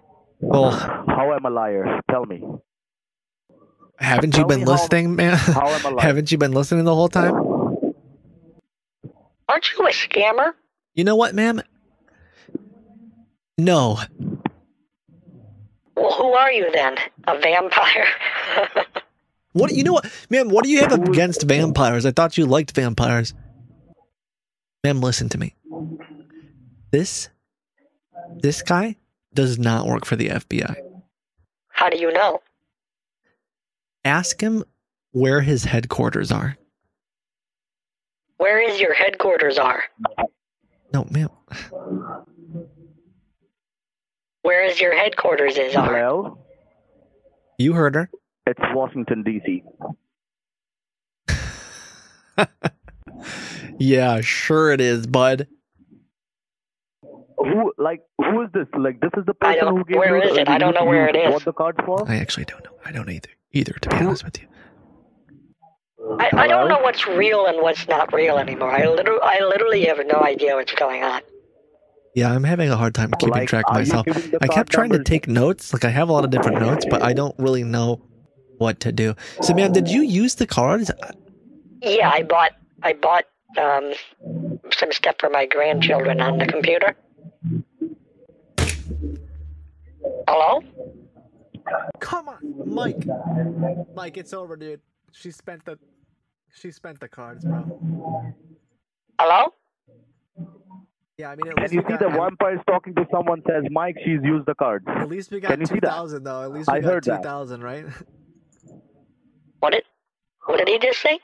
Speaker 1: Well,
Speaker 5: How am I liar? Tell me.
Speaker 1: haven't you
Speaker 5: Tell
Speaker 1: been
Speaker 5: me how-
Speaker 1: listening, man?
Speaker 5: How am I liar?
Speaker 1: (laughs) haven't you been listening the whole time?
Speaker 2: Aren't you a scammer?
Speaker 1: You know what, ma'am? No,
Speaker 2: Well, who are you then? A vampire? (laughs)
Speaker 1: What you know what, ma'am? What do you have against vampires? I thought you liked vampires. Ma'am, listen to me. This, this guy does not work for the FBI.
Speaker 2: How do you know?
Speaker 1: Ask him where his headquarters are.
Speaker 2: Where is your headquarters are?
Speaker 1: No, ma'am.
Speaker 2: Where is your headquarters is are?
Speaker 5: Hello?
Speaker 1: You heard her.
Speaker 5: It's Washington, D.C.
Speaker 1: Yeah, sure it is, bud.
Speaker 5: Who, like, who is this? Like, this is the
Speaker 2: I
Speaker 5: person
Speaker 2: don't-
Speaker 5: who gave
Speaker 2: where
Speaker 5: you
Speaker 2: is
Speaker 5: the-
Speaker 2: it? I don't
Speaker 5: you-
Speaker 2: know where
Speaker 5: you
Speaker 2: it is.
Speaker 5: bought the card for?
Speaker 1: I actually don't know. I don't either. Either to be honest with you.
Speaker 2: I, I don't know what's real and what's not real anymore. I literally, I literally have no idea what's going on.
Speaker 1: Yeah, I'm having a hard time keeping
Speaker 5: Like,
Speaker 1: track of
Speaker 5: are you
Speaker 1: myself.
Speaker 5: giving the
Speaker 1: I
Speaker 5: card
Speaker 1: kept trying to
Speaker 5: numbers?
Speaker 1: take notes. Like I have a lot of different notes, but I don't really know what to do. So, ma'am, did you use the cards?
Speaker 2: Yeah, I bought, I bought um, some stuff for my grandchildren on the computer. Hello?
Speaker 6: Come on, Mike. Mike, it's over, dude. She spent the, she spent the cards, bro.
Speaker 2: Hello?
Speaker 6: Yeah, I mean, at
Speaker 5: Can
Speaker 6: least
Speaker 5: you
Speaker 6: we
Speaker 5: see
Speaker 6: got,
Speaker 5: the vampire is talking to someone says, Mike, she's used the card.
Speaker 6: At least we
Speaker 5: Can
Speaker 6: got
Speaker 5: you see
Speaker 6: two
Speaker 5: that?
Speaker 6: thousand though. At least we
Speaker 5: I
Speaker 6: got
Speaker 5: heard
Speaker 6: two
Speaker 5: that.
Speaker 6: thousand, right?
Speaker 2: What did, what did he just say?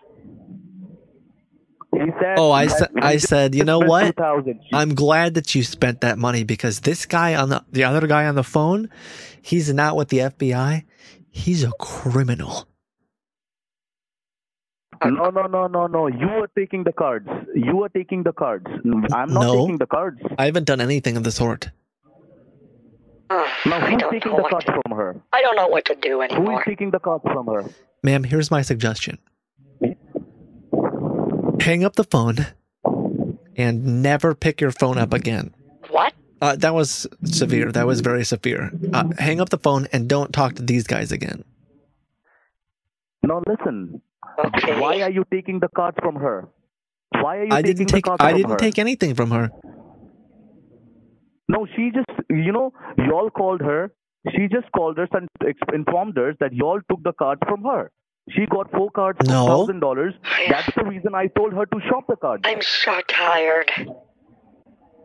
Speaker 5: He said,
Speaker 1: Oh, I
Speaker 5: that
Speaker 1: said, I
Speaker 5: he
Speaker 1: said, you
Speaker 5: just
Speaker 1: know
Speaker 5: spent
Speaker 1: what?
Speaker 5: 2000. She-
Speaker 1: I'm glad that you spent that money because this guy on the the other guy on the phone, he's not with the FBI. He's a criminal.
Speaker 5: No, no, no, no, no. You are taking the cards. You are taking the cards. I'm not
Speaker 1: No.
Speaker 5: taking the cards.
Speaker 1: I haven't done anything of the sort.
Speaker 2: Ugh,
Speaker 5: Now,
Speaker 2: Oh, I
Speaker 5: who's
Speaker 2: don't
Speaker 5: taking
Speaker 2: know
Speaker 5: the
Speaker 2: what
Speaker 5: cards
Speaker 2: to,
Speaker 5: from her?
Speaker 2: I don't know what to do
Speaker 5: Who is
Speaker 2: anymore.
Speaker 5: taking the cards from her?
Speaker 1: Ma'am, here's my suggestion. Hang up the phone and never pick your phone up again.
Speaker 2: What?
Speaker 1: Uh, that was severe. That was very severe. Uh, hang up the phone and don't talk to these guys again.
Speaker 5: Now, listen.
Speaker 2: Okay.
Speaker 5: Why are you taking the cards from her? Why are you
Speaker 1: I
Speaker 5: taking
Speaker 1: didn't take.
Speaker 5: the cards
Speaker 1: I
Speaker 5: from
Speaker 1: didn't
Speaker 5: her?
Speaker 1: take anything from her.
Speaker 5: No, she just, you know, y'all called her. She just called us and ex- informed us that y'all took the cards from her. She got four cards for
Speaker 1: No.
Speaker 5: thousand dollars. That's the reason I told her to shop the cards.
Speaker 2: I'm so tired.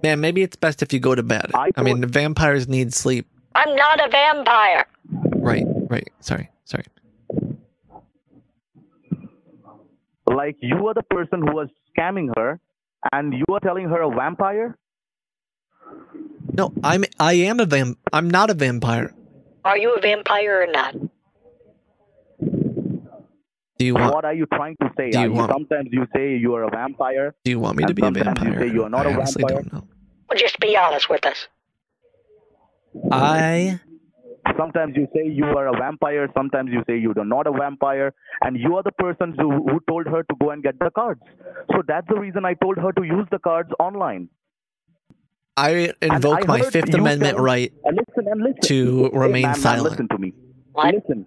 Speaker 1: Man, maybe it's best if you go to bed.
Speaker 5: I
Speaker 1: I, mean,
Speaker 5: thought-
Speaker 1: vampires need sleep.
Speaker 2: I'm not a vampire.
Speaker 1: Right, right. Sorry, sorry.
Speaker 5: Like you are the person who was scamming her, and you are telling her a vampire.
Speaker 1: No, I'm. I am a vamp. I'm not a vampire.
Speaker 2: Are you a vampire or not?
Speaker 1: Do you want?
Speaker 5: What are you trying to say?
Speaker 1: Do
Speaker 5: Are
Speaker 1: you want-
Speaker 5: sometimes you say you are a vampire.
Speaker 1: Do you want me to
Speaker 5: And
Speaker 1: be a
Speaker 5: sometimes you
Speaker 1: vampire?
Speaker 5: say you are not
Speaker 1: I
Speaker 5: a
Speaker 1: honestly
Speaker 5: vampire.
Speaker 1: don't know.
Speaker 2: Well, just be honest with us.
Speaker 1: I
Speaker 5: Sometimes you say you are a vampire. Sometimes you say you are not a vampire, and you are the person who, who told her to go and get the cards. So that's the reason I told her to use the cards online.
Speaker 1: I invoke
Speaker 5: I
Speaker 1: my
Speaker 5: heard
Speaker 1: Fifth
Speaker 5: you
Speaker 1: Amendment
Speaker 5: tell-
Speaker 1: right
Speaker 5: And listen and listen.
Speaker 1: To
Speaker 5: Hey,
Speaker 1: remain
Speaker 5: ma'am, ma'am,
Speaker 1: silent.
Speaker 5: listen to me.
Speaker 2: What?
Speaker 5: Listen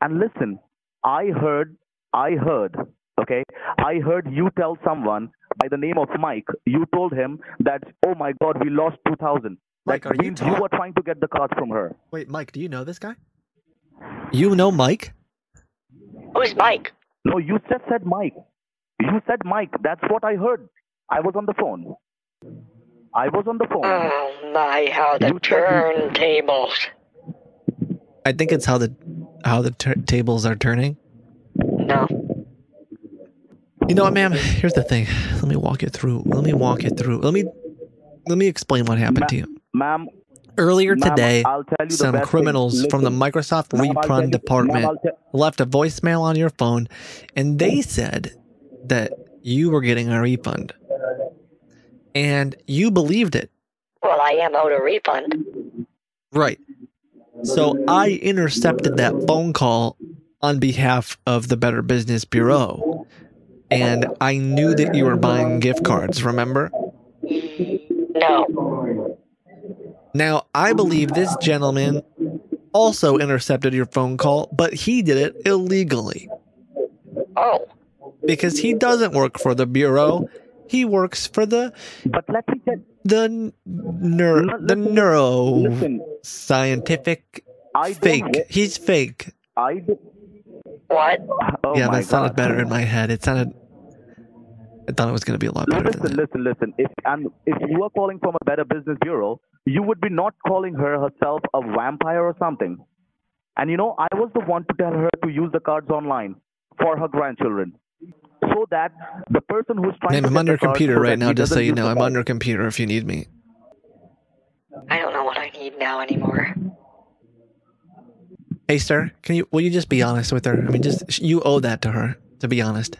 Speaker 5: and listen. I heard. I heard. Okay. I heard you tell someone by the name of Mike. You told him that, oh my God, we lost two thousand.
Speaker 6: Mike,
Speaker 5: that
Speaker 6: are you
Speaker 5: means
Speaker 6: talk-
Speaker 5: were trying to get the cards from her.
Speaker 6: Wait, Mike, do you know this guy?
Speaker 1: You know Mike?
Speaker 2: Who's Mike?
Speaker 5: No, you just said Mike. You said Mike. That's what I heard. I was on the phone. I was on the phone.
Speaker 2: Oh my, how the turntables.
Speaker 1: I think it's how the how the tur tables are turning.
Speaker 2: No.
Speaker 1: You know what, ma'am? Here's the thing. Let me walk it through. Let me walk it through. Let me let me explain what happened to you.
Speaker 5: Ma'am,
Speaker 1: Earlier
Speaker 5: ma'am,
Speaker 1: today,
Speaker 5: I'll tell you the
Speaker 1: some
Speaker 5: best thing.
Speaker 1: criminals from the
Speaker 5: Listen,
Speaker 1: Microsoft
Speaker 5: ma'am, I'll tell
Speaker 1: Reprun
Speaker 5: you-
Speaker 1: department
Speaker 5: ma'am, I'll tell-
Speaker 1: left a voicemail on your phone and
Speaker 5: Oh.
Speaker 1: they said that you were getting a refund. And you believed it.
Speaker 2: Well, I am owed a refund.
Speaker 1: Right. So I intercepted that phone call on behalf of the Better Business Bureau. And I knew that you were buying gift cards, remember?
Speaker 2: No.
Speaker 1: Now, I believe this gentleman also intercepted your phone call, but he did it illegally
Speaker 2: Oh,
Speaker 1: because he doesn't work for the Bureau. He works for the
Speaker 5: But let me tell
Speaker 1: the neuro the neuro
Speaker 5: Listen,
Speaker 1: scientific
Speaker 5: I
Speaker 1: fake.
Speaker 5: don't. wo-
Speaker 1: He's fake.
Speaker 5: I do,
Speaker 2: what?
Speaker 5: oh
Speaker 1: yeah,
Speaker 5: my
Speaker 1: that sounded
Speaker 5: God.
Speaker 1: better in my head. It sounded. I thought it was going to be a lot better
Speaker 5: Listen,
Speaker 1: than that.
Speaker 5: listen, listen. If and if you are calling from a Better Business Bureau, you would be not calling her herself a vampire or something. And you know, I was the one to tell her to use the cards online for her grandchildren, so that the person who's
Speaker 1: Name,
Speaker 5: trying to
Speaker 1: I'm
Speaker 5: get
Speaker 1: on your
Speaker 5: the cards
Speaker 1: computer
Speaker 5: so
Speaker 1: right
Speaker 5: that
Speaker 1: now,
Speaker 5: he
Speaker 1: just so
Speaker 5: doesn't
Speaker 1: you
Speaker 5: use
Speaker 1: know.
Speaker 5: the
Speaker 1: I'm on
Speaker 5: cards.
Speaker 1: your computer if you need me.
Speaker 2: I don't know what I need now anymore.
Speaker 1: Hey, sir, can you will you just be honest with her? I mean, just sh- you owe that to her. To be honest,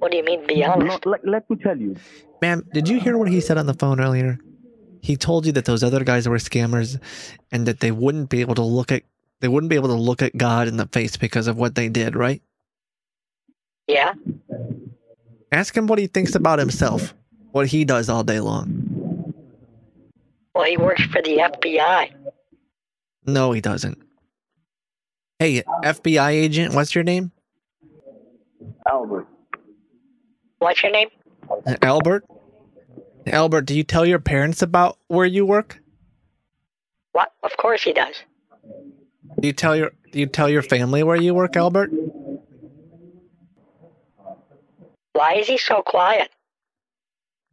Speaker 2: What do you mean, be
Speaker 5: No,
Speaker 2: honest?
Speaker 5: let, let me tell you.
Speaker 1: ma'am, did you hear what he said on the phone earlier? He told you that those other guys were scammers, and that they wouldn't be able to look at they wouldn't be able to look at God in the face because of what they did. Right?
Speaker 2: Yeah?
Speaker 1: Ask him what he thinks about himself, what he does all day long.
Speaker 2: Well, he works for the FBI.
Speaker 1: No, he doesn't. Hey, FBI agent, what's your name?
Speaker 8: Albert.
Speaker 2: What's your name?
Speaker 1: Albert? Albert, do you tell your parents about where you work?
Speaker 2: What? Of course he does.
Speaker 1: Do you tell your do you tell your family where you work, Albert?
Speaker 2: Why is he so quiet?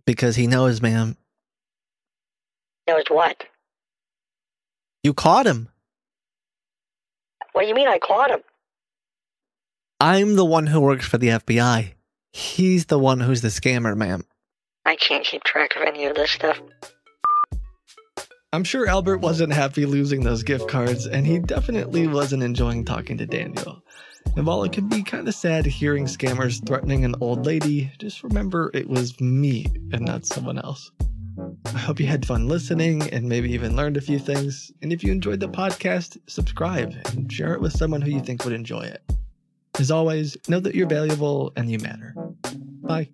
Speaker 1: Because he knows, ma'am.
Speaker 2: Knows what?
Speaker 1: You caught him.
Speaker 2: What do you mean I caught him?
Speaker 1: I'm the one who works for the FBI. He's the one who's the scammer, ma'am.
Speaker 2: I can't keep track of any of this stuff.
Speaker 1: I'm sure Albert wasn't happy losing those gift cards, and he definitely wasn't enjoying talking to Daniel. And while it can be kind of sad hearing scammers threatening an old lady, just remember it was me and not someone else. I hope you had fun listening and maybe even learned a few things. And if you enjoyed the podcast, subscribe and share it with someone who you think would enjoy it. As always, know that you're valuable and you matter. Bye.